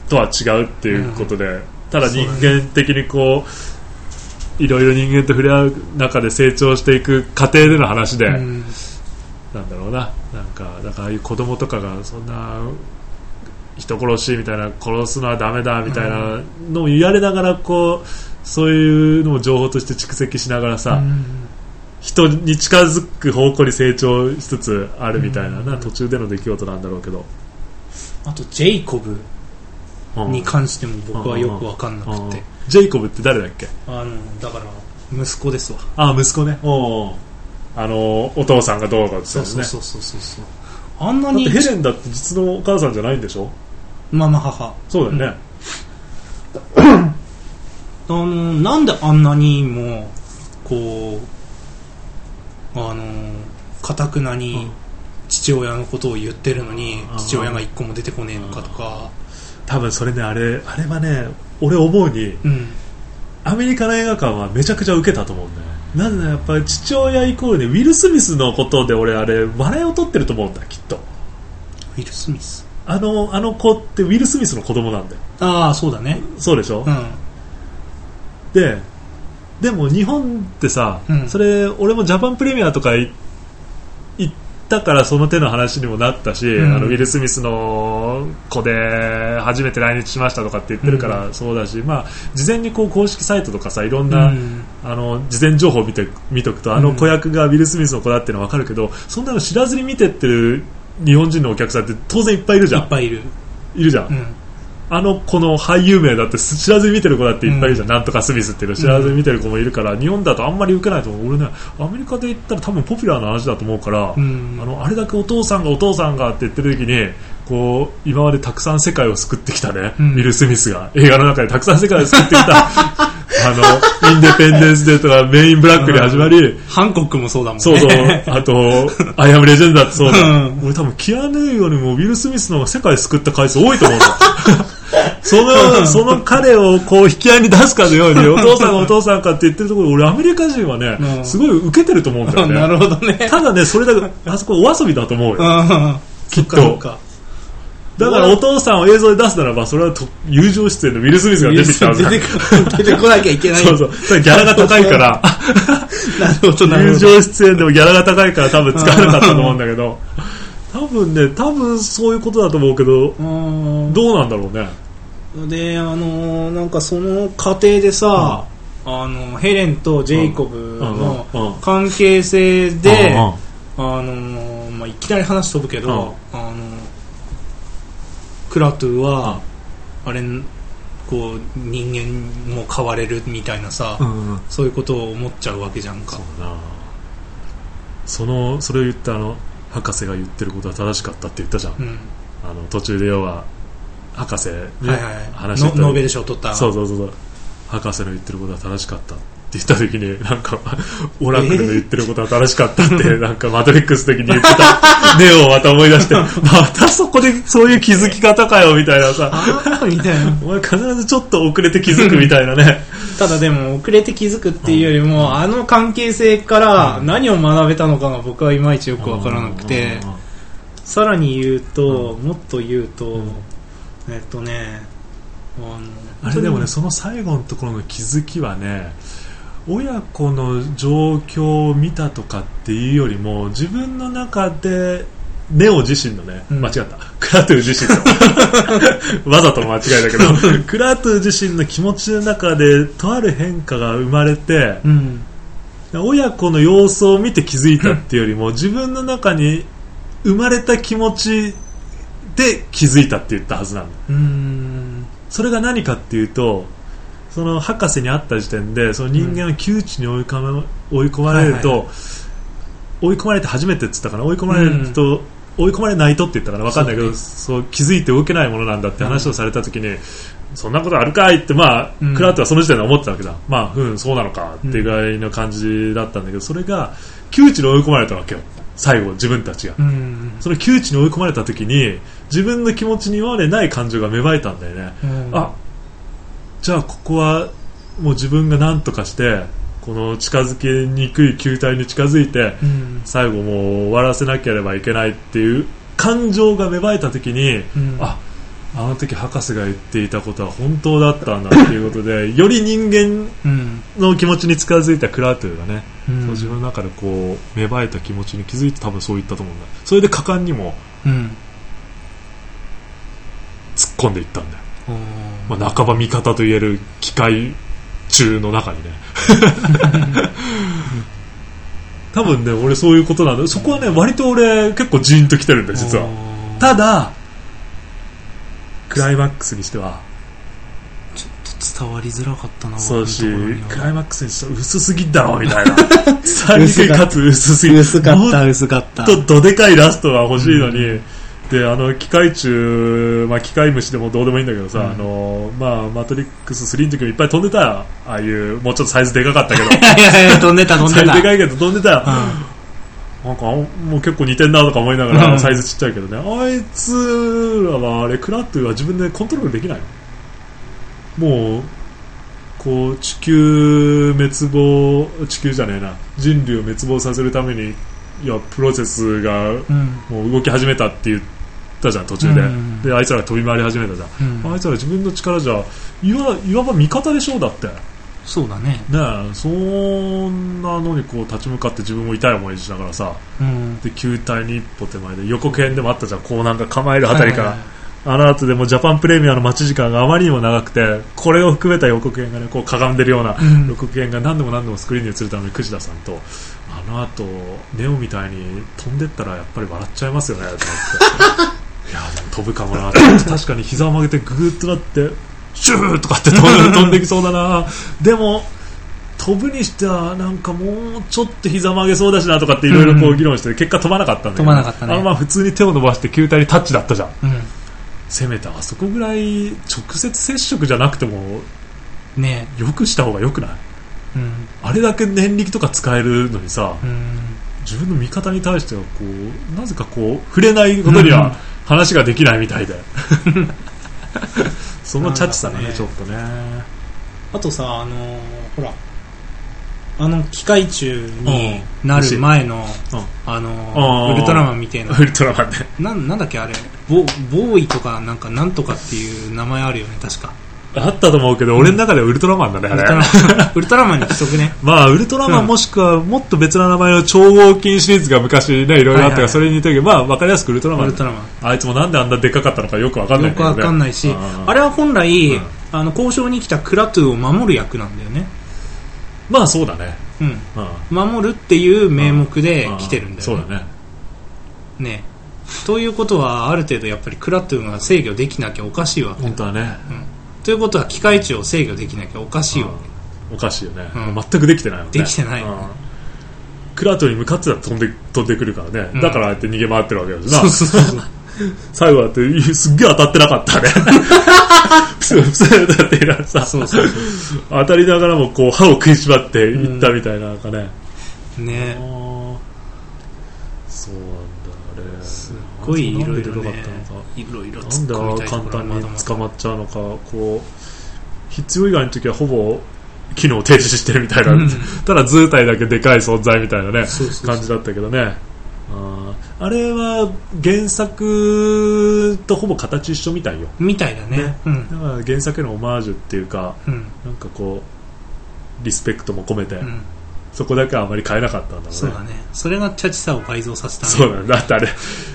Speaker 1: とは違うっていうことで、ただ人間的にこういろいろ人間と触れ合う中で成長していく過程での話で、
Speaker 2: うん
Speaker 1: なんだろうななんかだからああいう子供とかがそんな人殺しみたいな殺すのはダメだみたいなのを言われながらこうそういうのを情報として蓄積しながらさ、人に近づく方向に成長しつつあるみたいなな、途中での出来事なんだろうけど、
Speaker 2: あとジェイコブ
Speaker 1: うん
Speaker 2: に関しても僕はよく分かんなくて
Speaker 1: ジェイコブって誰だっけ
Speaker 2: あのだから息子ですわ
Speaker 1: あ息子ねおうおうあのお父さんがどうかって
Speaker 2: そう
Speaker 1: です
Speaker 2: そう
Speaker 1: ね
Speaker 2: そうそうそうそうあんな
Speaker 1: だって
Speaker 2: に
Speaker 1: ヘレンだって実のお母さんじゃないんでしょ
Speaker 2: ママ母
Speaker 1: そうだよね、
Speaker 2: あのなんであんなにもこうあのかたくな
Speaker 1: う
Speaker 2: に
Speaker 1: ん
Speaker 2: 父親のことを言ってるのに
Speaker 1: うん
Speaker 2: 父親が一個も出てこねえのかとか
Speaker 1: 多分それねあれあれはね俺思うに
Speaker 2: うん
Speaker 1: アメリカの映画館はめちゃくちゃ受けたと思うんだよなぜならやっぱり父親イコールねウィル・スミスのことで俺あれ笑いを取ってると思うんだきっと
Speaker 2: ウィル・スミス
Speaker 1: あのあの子ってウィル・スミスの子供なんだよ
Speaker 2: ああそうだね
Speaker 1: そうでしょ、
Speaker 2: うん
Speaker 1: ででも日本ってさ、
Speaker 2: うん
Speaker 1: それ俺もジャパンプレミアとかい行ったからその手の話にもなったし、
Speaker 2: うん
Speaker 1: あのウィル・スミスの子で初めて来日しましたとかって言ってるからそうだし、まあ、事前にこう公式サイトとかさいろんな、
Speaker 2: うん
Speaker 1: あの事前情報を見て見とくとあの子役がウィル・スミスの子だっていうのは分かるけど、そんなの知らずに見てってる日本人のお客さんって当然いっぱいいるじ
Speaker 2: い
Speaker 1: ゃ
Speaker 2: っ
Speaker 1: ん
Speaker 2: ぱいいる
Speaker 1: いるじゃん、
Speaker 2: うん
Speaker 1: あの子の俳優名だって知らずに見てる子だっていっぱいいるじゃん、なんとかスミスっていうの知らずに見てる子もいるから、日本だとあんまり受けないと思う俺ねアメリカで言ったら多分ポピュラーな話だと思うから、
Speaker 2: うん
Speaker 1: あのあれだけお父さんがお父さんがって言ってる時にこう今までたくさん世界を救ってきたね、
Speaker 2: うん
Speaker 1: ウィル・スミスが映画の中でたくさん世界を救ってき たあのインデペンデンス・デーとかメインブラックに始まり、
Speaker 2: ハンコックもそうだもんね
Speaker 1: そうそう。あと、アイアムレジェンドだってそうだ。
Speaker 2: うん
Speaker 1: 俺多分、キアヌーよりもウィル・スミスの方が世界救った回数多いと 思うんだ。その、その彼をこう引き合いに出すかのように、お父さんがお父さんかって言ってるところ、俺アメリカ人はね、
Speaker 2: うん
Speaker 1: すごい受けてると思うんだよね。
Speaker 2: なるほどね
Speaker 1: ただね、それだけ、あそこお遊びだと思う
Speaker 2: う
Speaker 1: よ。
Speaker 2: ん
Speaker 1: きっ
Speaker 2: そっかそっ
Speaker 1: と。
Speaker 2: か
Speaker 1: だからお父さんを映像で出すならば、それはと友情出演のウィル・スミスが出てきたわけだ。
Speaker 2: 出てこ出てこなきゃいけない
Speaker 1: そうそう。ただギャラが高いから。
Speaker 2: なるほどなる
Speaker 1: 友
Speaker 2: ほど
Speaker 1: 情出演でもギャラが高いから多分使わなかったと思うんだけど多分ね多分そういうことだと思うけど
Speaker 2: うん
Speaker 1: どうなんだろうね
Speaker 2: であのーなんかその過程でさ、あのヘレンとジェイコブの
Speaker 1: うんうんうん
Speaker 2: 関係性で、
Speaker 1: うんうん
Speaker 2: あのーまあ、いきなり話飛ぶけど、あのークラトゥは、あれこう人間も変われるみたいなさ、
Speaker 1: うんうん
Speaker 2: そういうことを思っちゃうわけじゃんか
Speaker 1: そうなそのそれを言ったあの博士が言ってることは正しかったって言ったじゃん、
Speaker 2: うん
Speaker 1: あの途中で要は博士に
Speaker 2: はいはい
Speaker 1: 話して
Speaker 2: の
Speaker 1: た
Speaker 2: ノーベル賞取った
Speaker 1: そうそうそうそう博士の言ってることは正しかったって言った時になんか オラクルの言ってることは正しかったって、なんかマトリックス的に言って たネオをまた思い出してまたそこでそういう気づき方かよみたいなさ
Speaker 2: ああみたいな
Speaker 1: お前必ずちょっと遅れて気づくみたいなね
Speaker 2: ただでも遅れて気づくっていうよりも、あの関係性から何を学べたのかが僕はいまいちよくわからなくて、さらに言うと、もっと言うと、
Speaker 1: ん
Speaker 2: えっとねあの
Speaker 1: あれでもねその最後のところの気づきはね親子の状況を見たとかっていうよりも自分の中でネオ自身のね、
Speaker 2: うん
Speaker 1: 間違ったクラトゥー自身の わざとの間違いだ けどクラトゥー自身の気持ちの中でとある変化が生まれて
Speaker 2: うん
Speaker 1: 親子の様子を見て気づいたっていうよりも自分の中に生まれた気持ちで気づいたって言ったはずなんだ
Speaker 2: うーん
Speaker 1: それが何かっていうとその博士に会った時点でその人間は窮地に追いかめ追い込まれると、
Speaker 2: はい
Speaker 1: 追い込まれて初めてって言ったかな追い込まれると、追い込まれないとって言ったから分かんないけ
Speaker 2: そう
Speaker 1: ど
Speaker 2: ね
Speaker 1: そう気づいて動けないものなんだって話をされた時に、そんなことあるかいって、まあ
Speaker 2: うん
Speaker 1: クラウトはその時点で思ってたわけだ、まあ、うん、そうなのかっていうぐらいの感じだったんだけどそれが窮地に追い込まれたわけよ最後、自分たちが
Speaker 2: う。ん
Speaker 1: その窮地に追い込まれた時に自分の気持ちに今までない感情が芽生えたんだよね。
Speaker 2: うん
Speaker 1: あじゃあここはもう自分が何とかしてこの近づけにくい球体に近づいて
Speaker 2: うん
Speaker 1: 最後もう終わらせなければいけないっていう感情が芽生えた時に
Speaker 2: うん
Speaker 1: ああの時博士が言っていたことは本当だったんだっていうことで より人間
Speaker 2: うん
Speaker 1: の気持ちに近づいたクラートゥがね、
Speaker 2: うん
Speaker 1: そう自分の中でこう芽生えた気持ちに気づいて多分そう言ったと思うんだそれで果敢にも
Speaker 2: うん
Speaker 1: 突っ込んでいったんだよ、
Speaker 2: おー
Speaker 1: まあ、半ば味方と言える機械中の中にね 多分ね俺そういうことなんだそこはね割と俺結構ジーンときてるんだよ実は
Speaker 2: おー
Speaker 1: ただクライマックスにしては
Speaker 2: ちょっと伝わりづらかったな
Speaker 1: そうし
Speaker 2: 僕のところには
Speaker 1: クライマックスにしては薄すぎだろみたい な三人かつ薄すぎ
Speaker 2: 薄か
Speaker 1: も
Speaker 2: った薄かった
Speaker 1: ちょっとどでかいラストが欲しいのに、であの機械虫、まあ、機械虫でもどうでもいいんだけどさ、
Speaker 2: うん
Speaker 1: あのまあ、マトリックス3の時もいっぱい飛んでたよああいうもうちょっとサイズでかかったけど
Speaker 2: いやいやいや 飛んでた飛ん
Speaker 1: サ
Speaker 2: で
Speaker 1: イズ
Speaker 2: た
Speaker 1: でかいけど飛んでたよ、
Speaker 2: う
Speaker 1: なんかあもう結構似てんなとか思いながら、
Speaker 2: うん
Speaker 1: サイズちっちゃいけどねあいつらはあれクラットゥは自分でコントロールできないのもうこう地球滅亡地球じゃねえな人類を滅亡させるためにいやプロセスが
Speaker 2: んうん
Speaker 1: もう動き始めたって言ったじゃん途中で、
Speaker 2: うん
Speaker 1: であいつらが飛び回り始めたじゃん、
Speaker 2: うん
Speaker 1: あいつら自分の力じゃいわいわば味方でしょうだってね
Speaker 2: そうだね
Speaker 1: えそんなのにこう立ち向かって自分も痛い思いしながらさ
Speaker 2: うん
Speaker 1: で球体に一歩手前で予告編でもあったじゃんこうなんか構えるあたりから、
Speaker 2: はいはいはい
Speaker 1: あの後でもジャパンプレミアの待ち時間があまりにも長くてこれを含めた予告編がねこうかがんでるような
Speaker 2: うん
Speaker 1: 予告編が何度も何度もスクリーンに映るために藤田さんとあの後ネオみたいに飛んでったらやっぱり笑っちゃいますよねと思って いやでも飛ぶかもなって確かに膝を曲げてグーッとなってシューとかって飛んで飛んできそうだなでも飛ぶにしてはなんかもうちょっと膝曲げそうだしなとかっていろいろこう議論して結果飛ばなかったんだけど
Speaker 2: 飛ばなかったね
Speaker 1: あのまあ普通に手を伸ばして球体にタッチだったじゃん
Speaker 2: う
Speaker 1: せめてあそこぐらい直接接触じゃなくても
Speaker 2: んね
Speaker 1: よくした方がよくない
Speaker 2: うん
Speaker 1: あれだけ念力とか使えるのにさ
Speaker 2: うん
Speaker 1: 自分の味方に対してはこうなぜかこう触れないことに
Speaker 2: うん
Speaker 1: は話ができないみたいで そのチャチさがね
Speaker 2: なんだ
Speaker 1: ち
Speaker 2: ろ
Speaker 1: ょ
Speaker 2: う
Speaker 1: っとね
Speaker 2: あとさあのーほらあの機械虫に
Speaker 1: うん
Speaker 2: なる前の、
Speaker 1: うん
Speaker 2: あのー
Speaker 1: あー
Speaker 2: ウルトラマンみたいな
Speaker 1: ウルトラマンね
Speaker 2: なんなんだっけあれボボーイとかなんかなんとかっていう名前あるよね確か
Speaker 1: あったと思うけど、俺の中ではウルトラマンだね、あ
Speaker 2: ウル
Speaker 1: れ
Speaker 2: トラマ ンウルトラマンにしとくね
Speaker 1: まあ、ウルトラマ
Speaker 2: うん
Speaker 1: ンもしくはもっと別な名前の超合金シリーズが昔ね、いろいろあった
Speaker 2: はい
Speaker 1: か
Speaker 2: は
Speaker 1: ら、
Speaker 2: い
Speaker 1: それに似てるけど、まあ、わかりやすくウルトラ
Speaker 2: ウ
Speaker 1: マ
Speaker 2: ル
Speaker 1: ン
Speaker 2: ト。ラマン
Speaker 1: あいつもなんであんなでっかかったのかよくわかんない
Speaker 2: よ
Speaker 1: ん
Speaker 2: く
Speaker 1: だよ
Speaker 2: わ
Speaker 1: ね。
Speaker 2: かんないし、あ
Speaker 1: れ
Speaker 2: れは本来、
Speaker 1: うん
Speaker 2: あの交渉に来たクラトゥーを守る役なんだよね、
Speaker 1: まあ、そうだね。
Speaker 2: うん、
Speaker 1: うん
Speaker 2: 守るっていう名目で来てるんだよね,、
Speaker 1: そうだね。
Speaker 2: ねということはある程度やっぱりクラトゥーンが制御できなきゃおかしいわけ
Speaker 1: 本当はね。
Speaker 2: ということは機械値を制御できなきゃおかしいわ
Speaker 1: おかしいよね、
Speaker 2: うん
Speaker 1: 全くできてないもんね
Speaker 2: できてない
Speaker 1: うんクラトに向かってたら飛んで飛んでくるからね、
Speaker 2: うん
Speaker 1: だからああやって逃げ回ってるわけだし
Speaker 2: け、
Speaker 1: な
Speaker 2: そうそうそう
Speaker 1: 最後だってすっげえ当たってなかった ねプスプスだっていらさ
Speaker 2: そうそうそ
Speaker 1: 当たりながらもこう歯を食いしばっていったみたいななんかね、
Speaker 2: うね
Speaker 1: ああそうなんだあれす
Speaker 2: すごいいろいろ
Speaker 1: かっ
Speaker 2: ね
Speaker 1: たのか
Speaker 2: いろいろ
Speaker 1: なんで
Speaker 2: 突っ込みたい
Speaker 1: あ
Speaker 2: と
Speaker 1: んな簡単
Speaker 2: ころはまだま
Speaker 1: に
Speaker 2: だ
Speaker 1: 捕まっちゃうのかこう必要以外の時はほぼ機能停止してるみたいな、
Speaker 2: うん
Speaker 1: ただ図体だけでかい存在みたいなね
Speaker 2: そうそうそう
Speaker 1: 感じだったけどねあーあれは原作とほぼ形一緒みたいよ
Speaker 2: みたいだね
Speaker 1: ね
Speaker 2: うん
Speaker 1: だから原作へのオマージュっていうか
Speaker 2: うん
Speaker 1: なんかこうリスペクトも込めて、
Speaker 2: うん、
Speaker 1: そこだけはあまり変えなかったんだろうね
Speaker 2: そうだねそれがチャチさを倍増させたね
Speaker 1: そうだねだってあれ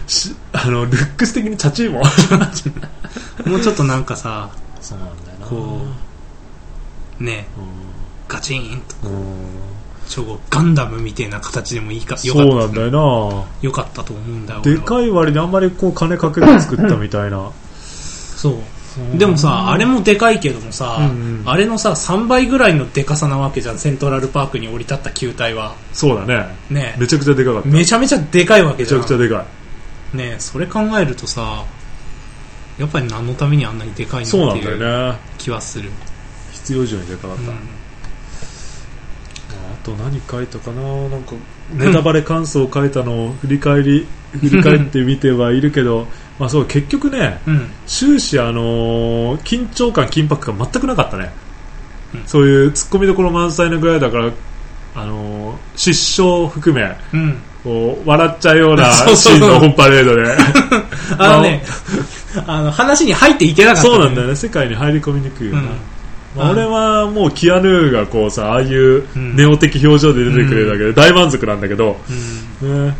Speaker 1: しあのルックス的にチャチいもん
Speaker 2: もうちょっとなんかさ
Speaker 1: そうなんだよな
Speaker 2: こうねガチーンと
Speaker 1: うんうん
Speaker 2: 超合ガンダムみたいな形でもいいかよ
Speaker 1: そう
Speaker 2: か
Speaker 1: な
Speaker 2: っ
Speaker 1: んだよ
Speaker 2: たよかったと思うんだよ
Speaker 1: なで
Speaker 2: い
Speaker 1: かい割にあんまりこう金かけて作ったみたいな
Speaker 2: そうでもさあれもでかいけどもさ、
Speaker 1: うんうん
Speaker 2: あれのさ3倍ぐらいのでかさなわけじゃんセントラルパークに降り立った球体は
Speaker 1: そうだね
Speaker 2: ね
Speaker 1: めちゃくちゃでかかっため
Speaker 2: めちゃめちゃでかいわけ
Speaker 1: ち
Speaker 2: じゃ
Speaker 1: ゃ
Speaker 2: ん
Speaker 1: くちゃでか
Speaker 2: ねそれ考えるとさやっぱり何のためにあんなにでかい
Speaker 1: いそう
Speaker 2: のっ
Speaker 1: な
Speaker 2: て
Speaker 1: んだ
Speaker 2: いう
Speaker 1: よね
Speaker 2: 気はする、
Speaker 1: 必要以上にでかかった、
Speaker 2: うん
Speaker 1: まああと何書いたかななんかネタバレ感想を書いたのを振り返り振り返ってみてはいるけ どまあそう結局ね
Speaker 2: うん
Speaker 1: 終始、あのー緊張感、緊迫感全くなかったね、
Speaker 2: うん
Speaker 1: そういう突っ込みどころ満載なぐらいだから、あのー失笑含め
Speaker 2: うん、
Speaker 1: こう笑っちゃうよう な
Speaker 2: そう
Speaker 1: シ
Speaker 2: そう
Speaker 1: ーンのオンパレードで
Speaker 2: あのね、あの話に入っていけなかった、
Speaker 1: そうなんだよね世界に入り込みにくいよ
Speaker 2: う
Speaker 1: な、
Speaker 2: ん
Speaker 1: まあ、俺はもうキアヌーがこうさああいう
Speaker 2: うん
Speaker 1: ネオ的表情で出てくれるだけで大満足なんだけど、
Speaker 2: うん
Speaker 1: ね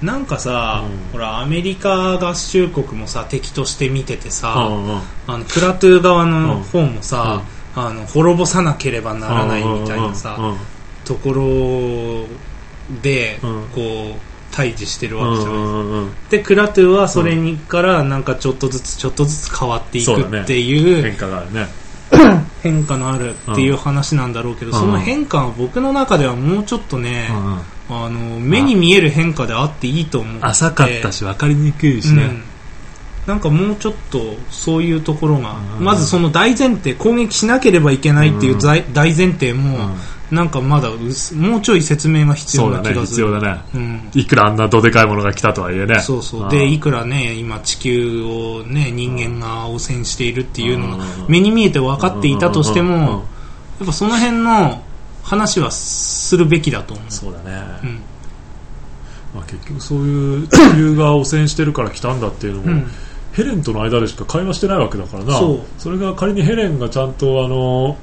Speaker 2: なんかさ、
Speaker 1: うん
Speaker 2: ほらアメリカ合衆国もさ敵として見てて
Speaker 1: う
Speaker 2: さ、
Speaker 1: んうん
Speaker 2: あのクラトゥー側
Speaker 1: う
Speaker 2: の
Speaker 1: ん
Speaker 2: 方もさ、あの滅ぼさなければならないみたいなさ、
Speaker 1: うんうん
Speaker 2: ところで、
Speaker 1: うん
Speaker 2: こう対峙してるわけじゃないですか、
Speaker 1: うんうんうん
Speaker 2: でクラトゥーはそれにからなんかちょっとずつちょっとずつ変わっていく
Speaker 1: そうだね
Speaker 2: っていう
Speaker 1: 変化があるね
Speaker 2: 変化のあるっていう話なんだろうけど、
Speaker 1: うん
Speaker 2: その変化は僕の中ではもうちょっとね、
Speaker 1: うんうん
Speaker 2: あの目に見える変化であっていいと思って
Speaker 1: 浅かったし分かりにくいしね、
Speaker 2: うんなんかもうちょっとそういうところが、
Speaker 1: うん
Speaker 2: まずその大前提攻撃しなければいけないっていうざい、大前提も、
Speaker 1: うん
Speaker 2: なんかまだうすもうちょい説明が必
Speaker 1: そ
Speaker 2: 要
Speaker 1: う
Speaker 2: な
Speaker 1: だ
Speaker 2: 気
Speaker 1: ね
Speaker 2: がす
Speaker 1: 必
Speaker 2: る
Speaker 1: 要だね
Speaker 2: うん
Speaker 1: いくらあんなどでかいものが来たとはいえね
Speaker 2: そうそう
Speaker 1: あー
Speaker 2: でいくらね今地球をね人間が汚染しているっていうのが
Speaker 1: うん
Speaker 2: 目に見えて分かっていたとしても
Speaker 1: うんうんうんうん
Speaker 2: やっぱその辺の話はするべきだと思う
Speaker 1: そうだね、
Speaker 2: うん
Speaker 1: まあ、結局そういう地球が汚染してるから来たんだっていうのも、
Speaker 2: うん
Speaker 1: ヘレンとの間でしか会話してないわけだからな
Speaker 2: そう
Speaker 1: れが仮にヘレンがちゃんとあの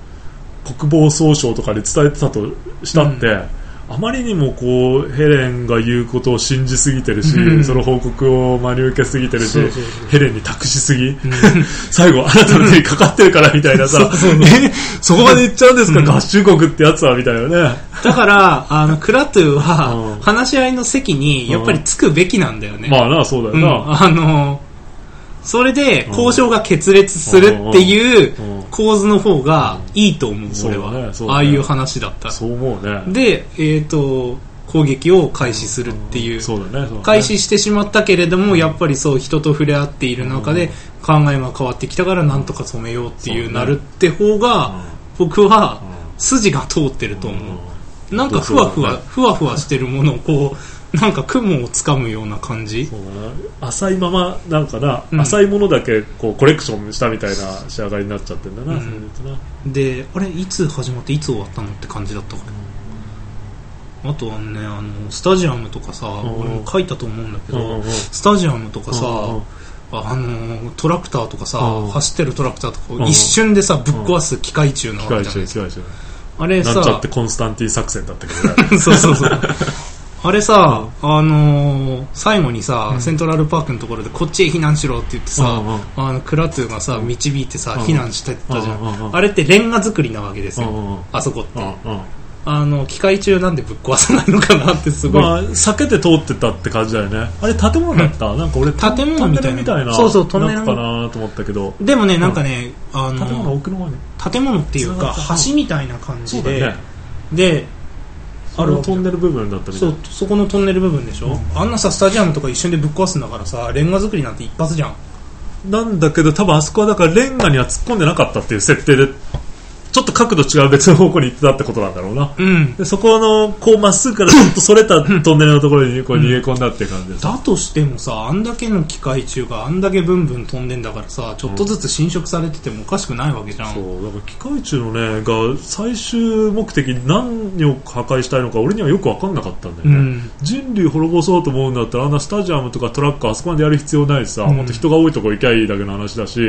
Speaker 1: 国防総省とかで伝えてたとしたって、あまりにもこうヘレンが言うことを信じすぎてるし、
Speaker 2: うん
Speaker 1: その報告を真に受けすぎてるし
Speaker 2: そうそうそう
Speaker 1: ヘレンに託しすぎ、最後あなたの手にかかってるからみたいなさ えそこまで行っちゃうんですか、合衆国ってやつはみたいなね
Speaker 2: だからあのクラトゥー
Speaker 1: う
Speaker 2: は
Speaker 1: ん
Speaker 2: 話し合いの席にやっぱりつくべきなんだよね、
Speaker 1: まあなそうだよ
Speaker 2: うん、
Speaker 1: な、
Speaker 2: あのそれで交渉が決裂するっていう
Speaker 1: うん
Speaker 2: 構図の方がいいと思う、
Speaker 1: そう
Speaker 2: そ
Speaker 1: だ
Speaker 2: れ
Speaker 1: ね
Speaker 2: は、
Speaker 1: そうだね
Speaker 2: ああいう話だったら
Speaker 1: そう思うね
Speaker 2: で、えー、と攻撃を開始するっていう,、
Speaker 1: そうだねそうだね
Speaker 2: 開始してしまったけれどもやっぱりそう人と触れ合っている中で考えが変わってきたからなんとか染めようってい
Speaker 1: そ
Speaker 2: う
Speaker 1: うね
Speaker 2: なるって方が僕は筋が通ってると思う、なんかふわふわ、
Speaker 1: そうだね
Speaker 2: ふわふわしてるものをこうなんか雲をつかむような感じ
Speaker 1: そうだな浅いままなんかな、
Speaker 2: うん
Speaker 1: 浅いものだけこうコレクションしたみたいな仕上がりになっちゃってんだな、
Speaker 2: うん
Speaker 1: そういうとな
Speaker 2: であれいつ始まっていつ終わったのって感じだったからあとはねあのスタジアムとかさ、
Speaker 1: ん
Speaker 2: 俺も書いたと思ううんだけど、
Speaker 1: うんうんうん
Speaker 2: スタジアムとかさ、
Speaker 1: うんうん
Speaker 2: あのトラクターとかさ、
Speaker 1: うん
Speaker 2: 走ってるトラクターとか
Speaker 1: う
Speaker 2: を
Speaker 1: ん
Speaker 2: 一瞬でさ、ぶっ壊す機械中
Speaker 1: 機
Speaker 2: のある
Speaker 1: 械
Speaker 2: じゃ
Speaker 1: 中
Speaker 2: ない
Speaker 1: 機械中
Speaker 2: あれ
Speaker 1: なんちゃ
Speaker 2: さ
Speaker 1: って、コンスタンティン作戦だったけ どね
Speaker 2: そうそうそう。あれさ、あのー最後にさ、セントラルパークのところでこっちへ避難しろって言ってさ、
Speaker 1: うんうん
Speaker 2: あの、クラトゥーがさ、導いてさ、
Speaker 1: うん
Speaker 2: 避難してったじゃん。
Speaker 1: うんうんうん
Speaker 2: あれってレンガ作りなわけです
Speaker 1: う
Speaker 2: よ。
Speaker 1: んうんうん
Speaker 2: あそこって。
Speaker 1: うんうん
Speaker 2: あの、機械中なんでぶっ壊さないのかなってすごい。
Speaker 1: まあ、避けて通ってたって感じだよね。あれ、建物だった、なんか俺、
Speaker 2: 建物みたいな
Speaker 1: トンネルみたいな。
Speaker 2: そうそうトンネル
Speaker 1: な
Speaker 2: の
Speaker 1: んかなと思ったけど。
Speaker 2: でもね、なんかね、あ
Speaker 1: 建物の
Speaker 2: の、
Speaker 1: 奥の方に。
Speaker 2: 建物っていう
Speaker 1: 繋が
Speaker 2: か
Speaker 1: った、
Speaker 2: 橋みたいな感じ
Speaker 1: そうだ
Speaker 2: で、
Speaker 1: よね。
Speaker 2: で、
Speaker 1: あ
Speaker 2: ある
Speaker 1: のトンネル部分だったみた
Speaker 2: そ
Speaker 1: いう
Speaker 2: そこのトンネル部分でしょ、あんなさスタジアムとか一瞬でぶっ壊すんだからさレンガ作りなんて一発じゃん
Speaker 1: な。なんだけど、多分あそこはだからレンガには突っ込んでなかったっていう設定で、ちょっと角度違う別の方向に行ってたってことなんだろうな。
Speaker 2: うん
Speaker 1: でそこの、こう、まっすぐからちょっとそれたトンネルのところにこう逃げ込んだっていう感じです。
Speaker 2: だとしてもさあんだけの機械中があんだけブンブン飛んでんだからさちょっとずつ侵食されててもおかしくないわけじゃん
Speaker 1: そうだから機械中のねが最終目的何を破壊したいのか俺にはよく分かんなかったんだよね、
Speaker 2: うん
Speaker 1: 人類滅ぼそうと思うんだったらあんなスタジアムとかトラックあそこまでやる必要ないしさ、
Speaker 2: うん
Speaker 1: もっと人が多いとこ行きゃいいだけの話だし、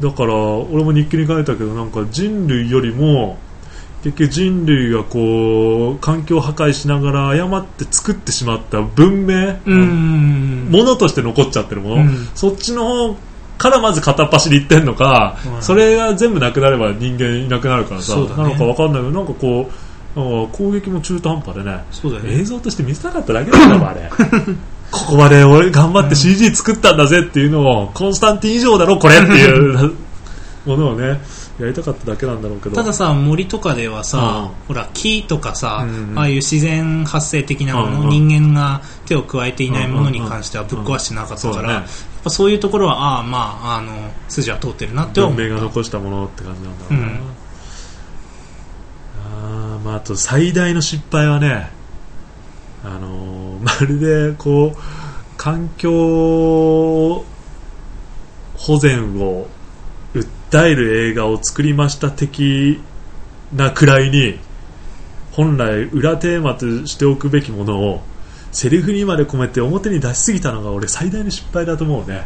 Speaker 1: だから俺も日記に書いたけどなんか人類よりも結局人類がこう環境を破壊しながら誤って作ってしまった文明、
Speaker 2: うんうん
Speaker 1: ものとして残っちゃってるもの、
Speaker 2: うん
Speaker 1: そっちの方からまず片っ端に行ってんのか、
Speaker 2: うん
Speaker 1: それが全部なくなれば人間いなくなるからさ、
Speaker 2: そうだね
Speaker 1: なのかわかんないけどなんかこうなんか攻撃も中途半端でね
Speaker 2: そうだよね
Speaker 1: 映像として見せたかっただけなんだもんあれ ここまで俺頑張って CG 作ったんだぜっていうのを、コンスタンティン以上だろこれっていう ものをねやりたかっただけなんだろうけど
Speaker 2: たださ森とかではさ、ほら木とかさ、
Speaker 1: うん
Speaker 2: ああいう自然発生的なもの、
Speaker 1: うんうん
Speaker 2: 人間が手を加えていないものに関してはぶっ壊してなかった
Speaker 1: そう
Speaker 2: から、
Speaker 1: だ
Speaker 2: や
Speaker 1: ね
Speaker 2: っぱそういうところはああまああの筋は通ってるなって思
Speaker 1: 文
Speaker 2: う
Speaker 1: 明が残したものって感じなんだろうな、
Speaker 2: うん
Speaker 1: あーまあ、あと最大の失敗はね、あのーま るでこう環境保全を訴える映画を作りました的なくらいに本来裏テーマとしておくべきものをセリフにまで込めて表に出しすぎたのが俺最大の失敗だと思うね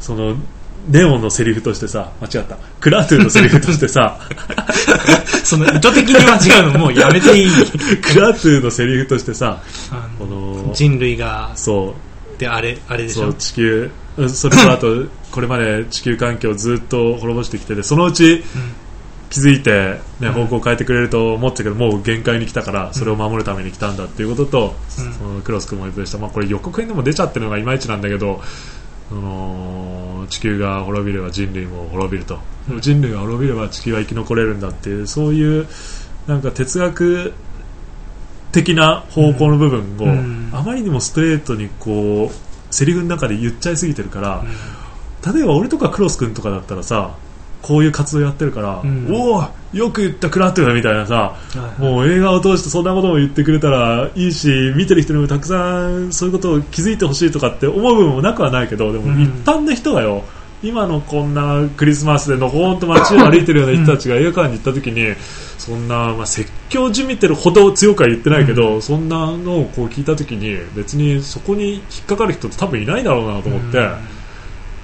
Speaker 1: そのネオンのセリフとしてさ間違ったクラトゥーのセリフとしてさ
Speaker 2: その意図的に間違うのもうやめ ていい
Speaker 1: クラトゥーのセリフとしてさ
Speaker 2: あ
Speaker 1: こ
Speaker 2: の
Speaker 1: の
Speaker 2: 人類が
Speaker 1: そう
Speaker 2: であれあれでし
Speaker 1: そ
Speaker 2: ょ
Speaker 1: う地球うんそれとあ とこれまで地球環境をずっと滅ぼしてきててそのうち気づいて、ね、
Speaker 2: うん
Speaker 1: 方向を変えてくれると思ってたけどもう限界に来たからそれを守るために来たんだっていうことと、
Speaker 2: うん
Speaker 1: そのクロス君も言ってました、まあ、これ予告編でも出ちゃってるのがいまいちなんだけど、あのー地球が滅びれば人類も滅びると、
Speaker 2: うん
Speaker 1: 人類が滅びれば地球は生き残れるんだっていうそういうなんか哲学的な方向の部分を、
Speaker 2: うん
Speaker 1: あまりにもストレートにこうセリフの中で言っちゃいすぎてるから、
Speaker 2: うん
Speaker 1: 例えば俺とかクロス君とかだったらさこういう活動やってるから、
Speaker 2: うん
Speaker 1: おおよく言ったクラトゥーみたいなさ
Speaker 2: う
Speaker 1: もう映画を通してそんなことも言ってくれたらいいし見てる人にもたくさんそういうことを気づいてほしいとかって思う部分もなくはないけどでも
Speaker 2: うん
Speaker 1: 一般の人がよ、今のこんなクリスマスでのほーんと街を歩いてるような人たちが映画館に行った時にそんな、まあ、説教じみてるほど強くは言ってないけど、そんなのをこう聞いた時に別にそこに引っかかる人って多分いないだろうなと思って。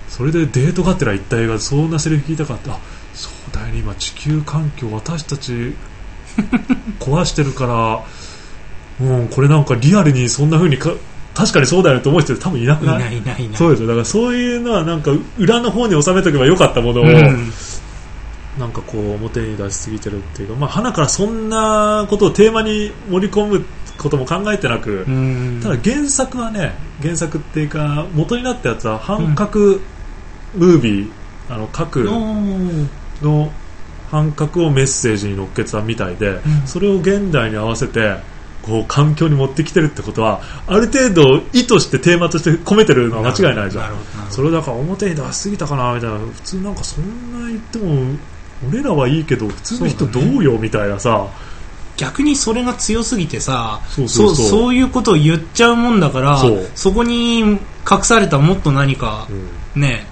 Speaker 1: それでデートがてら行った映画でそんなセリフ聞いたかってあそうだよね今地球環境私た ち壊してるから、うん、これなんかリアルにそんな風にか確かにそうだよねと思う人って多分いなく
Speaker 2: い
Speaker 1: ない
Speaker 2: ないいないいない
Speaker 1: そうですよだからそういうのはなんか裏の方に収めとけばよかったものを、
Speaker 2: うん
Speaker 1: なんかこう表に出しすぎてるっていうか、まあ、花からそんなことをテーマに盛り込むことも考えてなく、
Speaker 2: うん
Speaker 1: ただ原作はね原作っていうか元になったやつは半角ムービー、あの核
Speaker 2: おー
Speaker 1: の半角をメッセージに乗っけてたみたいで、
Speaker 2: ん
Speaker 1: それを現代に合わせてこう環境に持ってきてるってことはある程度意図してテーマとして込めてるのは間違いないじゃん
Speaker 2: るほどなるほ
Speaker 1: それをだから表に出しすぎたかなみたいな普通なんかそんな言っても俺らはいいけど普通の人
Speaker 2: そ
Speaker 1: ど
Speaker 2: うだね
Speaker 1: うよみたいなさ
Speaker 2: ど逆にそれが強すぎてさ
Speaker 1: そうそうそう
Speaker 2: そういうことを言っちゃうもんだから
Speaker 1: そう
Speaker 2: こに隠されたもっと何か
Speaker 1: うん
Speaker 2: ね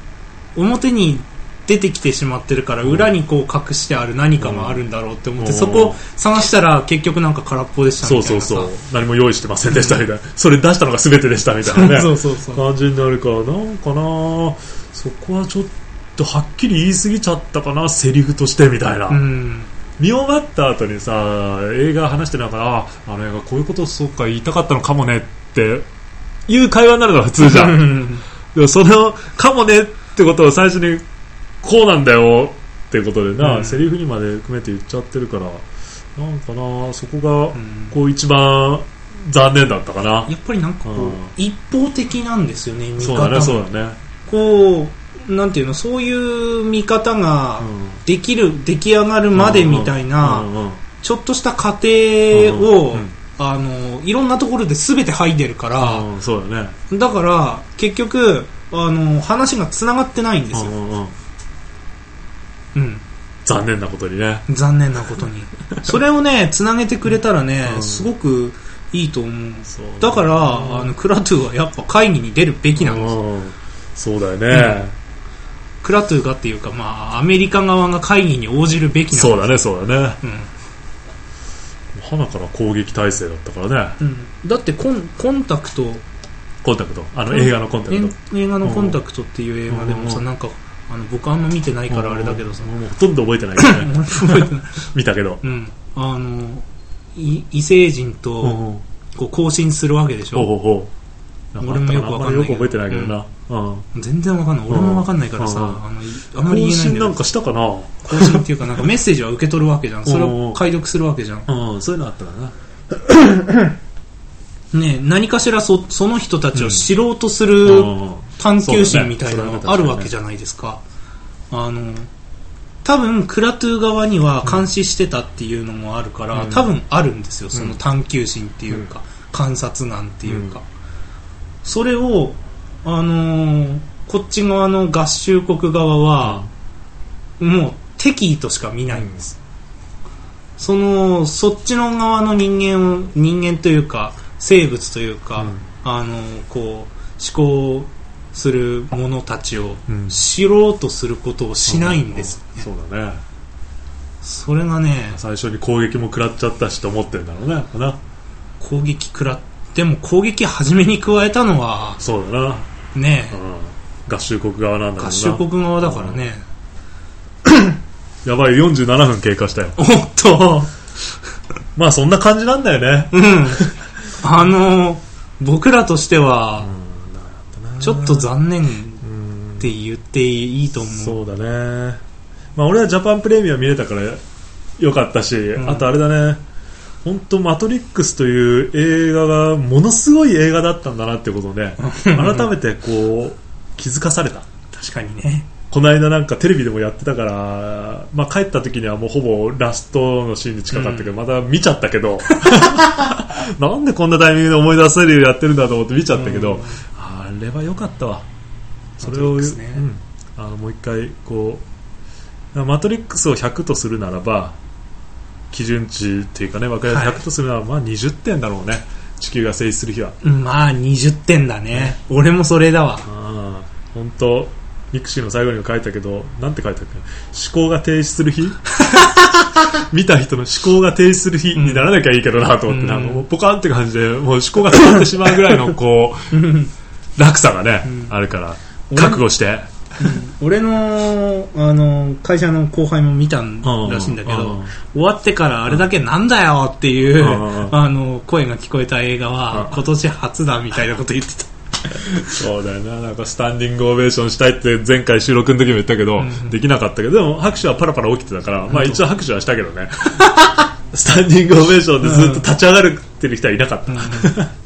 Speaker 2: 表に出てきてしまってるから裏にこう隠してある何かがあるんだろうって思って、
Speaker 1: うん
Speaker 2: そこを探したら結局なんか空っぽでした
Speaker 1: そ
Speaker 2: み
Speaker 1: う
Speaker 2: たい
Speaker 1: そう
Speaker 2: なさ
Speaker 1: そう何も用意してませんでしたみたいなそれ出したのが全てでしたみたいなね
Speaker 2: そうそうそう
Speaker 1: 感じになるからなんかなそこはちょっとはっきり言い過ぎちゃったかなセリフとしてみたいな、
Speaker 2: うん
Speaker 1: 見終わった後にさ映画話してなんかああの映画こういうことそうか言いたかったのかもねっていう会話になるのが普通じゃん
Speaker 2: うん
Speaker 1: でもそのかもねってことを最初にこうなんだよってことでな、
Speaker 2: うん
Speaker 1: セリフにまで含めて言っちゃってるからなんかなそこが
Speaker 2: うん
Speaker 1: こう一番残念だったかな、
Speaker 2: やっぱりなんかこ
Speaker 1: う
Speaker 2: うん一方的なんですよね見
Speaker 1: そう
Speaker 2: 方
Speaker 1: だね
Speaker 2: が
Speaker 1: そうだね、
Speaker 2: こうなんていうのそういう見方ができる、出来上がる
Speaker 1: うん
Speaker 2: までみたいな、
Speaker 1: うんうん
Speaker 2: ちょっとした過程を、
Speaker 1: うんうん
Speaker 2: あのいろんなところで全て剥いでるから、
Speaker 1: うんそうだね
Speaker 2: だから結局あの話がつながってないんです
Speaker 1: う
Speaker 2: よ、
Speaker 1: んうんうん
Speaker 2: うん
Speaker 1: 残念なことにね
Speaker 2: 残念なこと にそれをねつなげてくれたらね、
Speaker 1: うん
Speaker 2: すごくいいと思う
Speaker 1: そう
Speaker 2: だから、
Speaker 1: うん
Speaker 2: あのクラトゥーはやっぱ会議に出るべきなんですよ
Speaker 1: うんそうだよね、
Speaker 2: クラトゥーがっていうか、まあ、アメリカ側が会議に応じるべきなん
Speaker 1: そうだねそうだね
Speaker 2: うん
Speaker 1: 花から攻撃体制だったからね
Speaker 2: うん、だってコンコンタクト
Speaker 1: コンタクトあの映画のコンタクト
Speaker 2: え映画の「コンタクト」っていう映画でもさ、
Speaker 1: うん
Speaker 2: なんかあの僕あんま見てないからあれだけどさ、
Speaker 1: もうもうほとんど覚えてないけどね
Speaker 2: 覚えてない
Speaker 1: 見たけど
Speaker 2: うん、あのい異星
Speaker 1: ほ
Speaker 2: 人
Speaker 1: う
Speaker 2: と
Speaker 1: ほ
Speaker 2: こう交信するわけでし
Speaker 1: うほ
Speaker 2: ょ
Speaker 1: うほう
Speaker 2: 俺もよくわか
Speaker 1: あ
Speaker 2: んない
Speaker 1: まりよく覚えてないけどなうん
Speaker 2: 全然わかんない俺もわかんないからさ、
Speaker 1: うん
Speaker 2: あのいあまり
Speaker 1: 更
Speaker 2: 言えないん
Speaker 1: 新
Speaker 2: だ
Speaker 1: な
Speaker 2: よ
Speaker 1: んかしたかな
Speaker 2: 更新っていうかなんかメッセージは受け取るわけじゃんそれ
Speaker 1: うんう
Speaker 2: を
Speaker 1: ん
Speaker 2: 解読するわけじゃん
Speaker 1: うんそういうのあったかな
Speaker 2: ねえ何かしらそその人たちを知ろうとす
Speaker 1: う
Speaker 2: る
Speaker 1: んうん
Speaker 2: 探求心みたいなの
Speaker 1: そうだね
Speaker 2: があるわけじゃないですか。あの、多分、クラトゥー側には監視してたっていうのもあるから、
Speaker 1: うん
Speaker 2: 多分あるんですよ。その探求心っていうか、観察眼っていうか。それを、あのーこっち側の合衆国側は、もう敵意としか見ないんです。その、そっちの側の人間を、人間というか、生物というか、
Speaker 1: うん
Speaker 2: あの、こう、思考する者たちを
Speaker 1: うん
Speaker 2: 知ろうとすることをしないんです。
Speaker 1: うんそうだね
Speaker 2: それがね、
Speaker 1: 最初に攻撃も食らっちゃったしと思ってるんだろうねかな
Speaker 2: 攻撃食らっても攻撃初めに加えたのは、
Speaker 1: そうだな
Speaker 2: ね
Speaker 1: う、ん合衆国側なんだ
Speaker 2: 合
Speaker 1: ろ
Speaker 2: 衆
Speaker 1: うな
Speaker 2: 国側だからね。
Speaker 1: やばい47分経過したよ
Speaker 2: おっと、
Speaker 1: まあそんな感じなんだよね
Speaker 2: うん。あの、僕らとしては、ちょっと残念って言っていいと思う。
Speaker 1: そうだね、まあ、俺はジャパンプレミア見れたからよかったし、
Speaker 2: ん
Speaker 1: あとあれだね本当マトリックスという映画がものすごい映画だったんだなってことをね改めてこう気づかされた
Speaker 2: 確かにね。
Speaker 1: この間なんかテレビでもやってたから、まあ、帰った時にはもうほぼラストのシーンに近かったけど、また見ちゃったけど なんでこんなタイミングで思い出せるようやってるんだと思って見ちゃったけど、
Speaker 2: うん
Speaker 1: あれは良かったわそれ
Speaker 2: マトリッ
Speaker 1: を、
Speaker 2: クスね
Speaker 1: うん、あのもう一回こうマトリックスを100とするならば基準値っていうかね分かりやすい
Speaker 2: はい
Speaker 1: 100とするならば、まあ20点だろうね地球が成立する日は
Speaker 2: まあ20点だね。俺もそれだ
Speaker 1: あ
Speaker 2: わ。
Speaker 1: あ本当ミクシーの最後にも書いたけどなんて書いたっけ思考が停止する 日見た人の思考が停止する日にならなきゃいいけどなと思って、
Speaker 2: うん
Speaker 1: なんかもうポカンって感じでもう思考が止まってしまうぐらいのこう落差がね、あるから
Speaker 2: 俺
Speaker 1: 覚悟して
Speaker 2: 俺の、あの、会社の後輩も見たん
Speaker 1: うん
Speaker 2: らしいんだけ
Speaker 1: う
Speaker 2: ど
Speaker 1: ん、
Speaker 2: 終わってからあれだけなんだよっていう、
Speaker 1: うん
Speaker 2: あの、声が聞こえた映画
Speaker 1: う
Speaker 2: は
Speaker 1: ん、
Speaker 2: 今年初だみたいなこと言ってた。
Speaker 1: そうだよななんかスタンディングオベーションしたいって前回収録の時も言ったけど、
Speaker 2: うん
Speaker 1: できなかったけどでも拍手はパラパラ起きてたから、まあ、一応拍手はしたけど ねスタンディングオベーションでずっと立ち上がるってる人はいなかった、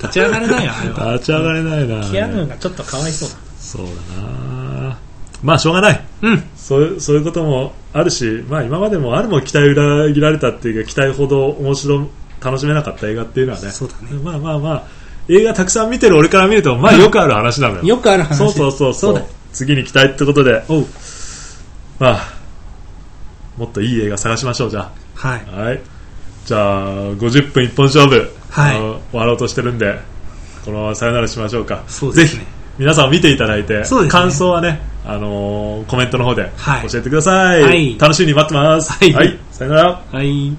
Speaker 2: 立ち上がれないよ、あれは。
Speaker 1: 立ち上がれないな、
Speaker 2: キアヌがちょっとかわいそう
Speaker 1: そうだなまあしょうがない
Speaker 2: だ。うん。
Speaker 1: そういうそういうこともあるし、まあ、今までもあるもん期待裏切られたっていうか期待ほど面白楽しめなかった映画っていうのはね
Speaker 2: そうだね
Speaker 1: まあまあまあ映画たくさん見てる俺から見るとまあよくある話なのよ
Speaker 2: よくある話。
Speaker 1: そうそうそうそう
Speaker 2: そうだ
Speaker 1: 次に期待ってことで
Speaker 2: おう。
Speaker 1: まあもっといい映画探しましょうじゃ
Speaker 2: はい
Speaker 1: あ。はいじゃあ50分一本勝負、
Speaker 2: はい
Speaker 1: あの終わろうとしてるんでこのままさよならしましょうか
Speaker 2: そうです
Speaker 1: ぜ
Speaker 2: ね
Speaker 1: ひ。皆さん見ていただいて、
Speaker 2: そうですね
Speaker 1: 感想はね「あのーコメントの方で
Speaker 2: はい
Speaker 1: 教えてください、
Speaker 2: はい
Speaker 1: 楽しみに待ってます、
Speaker 2: はい
Speaker 1: さよなら
Speaker 2: はい。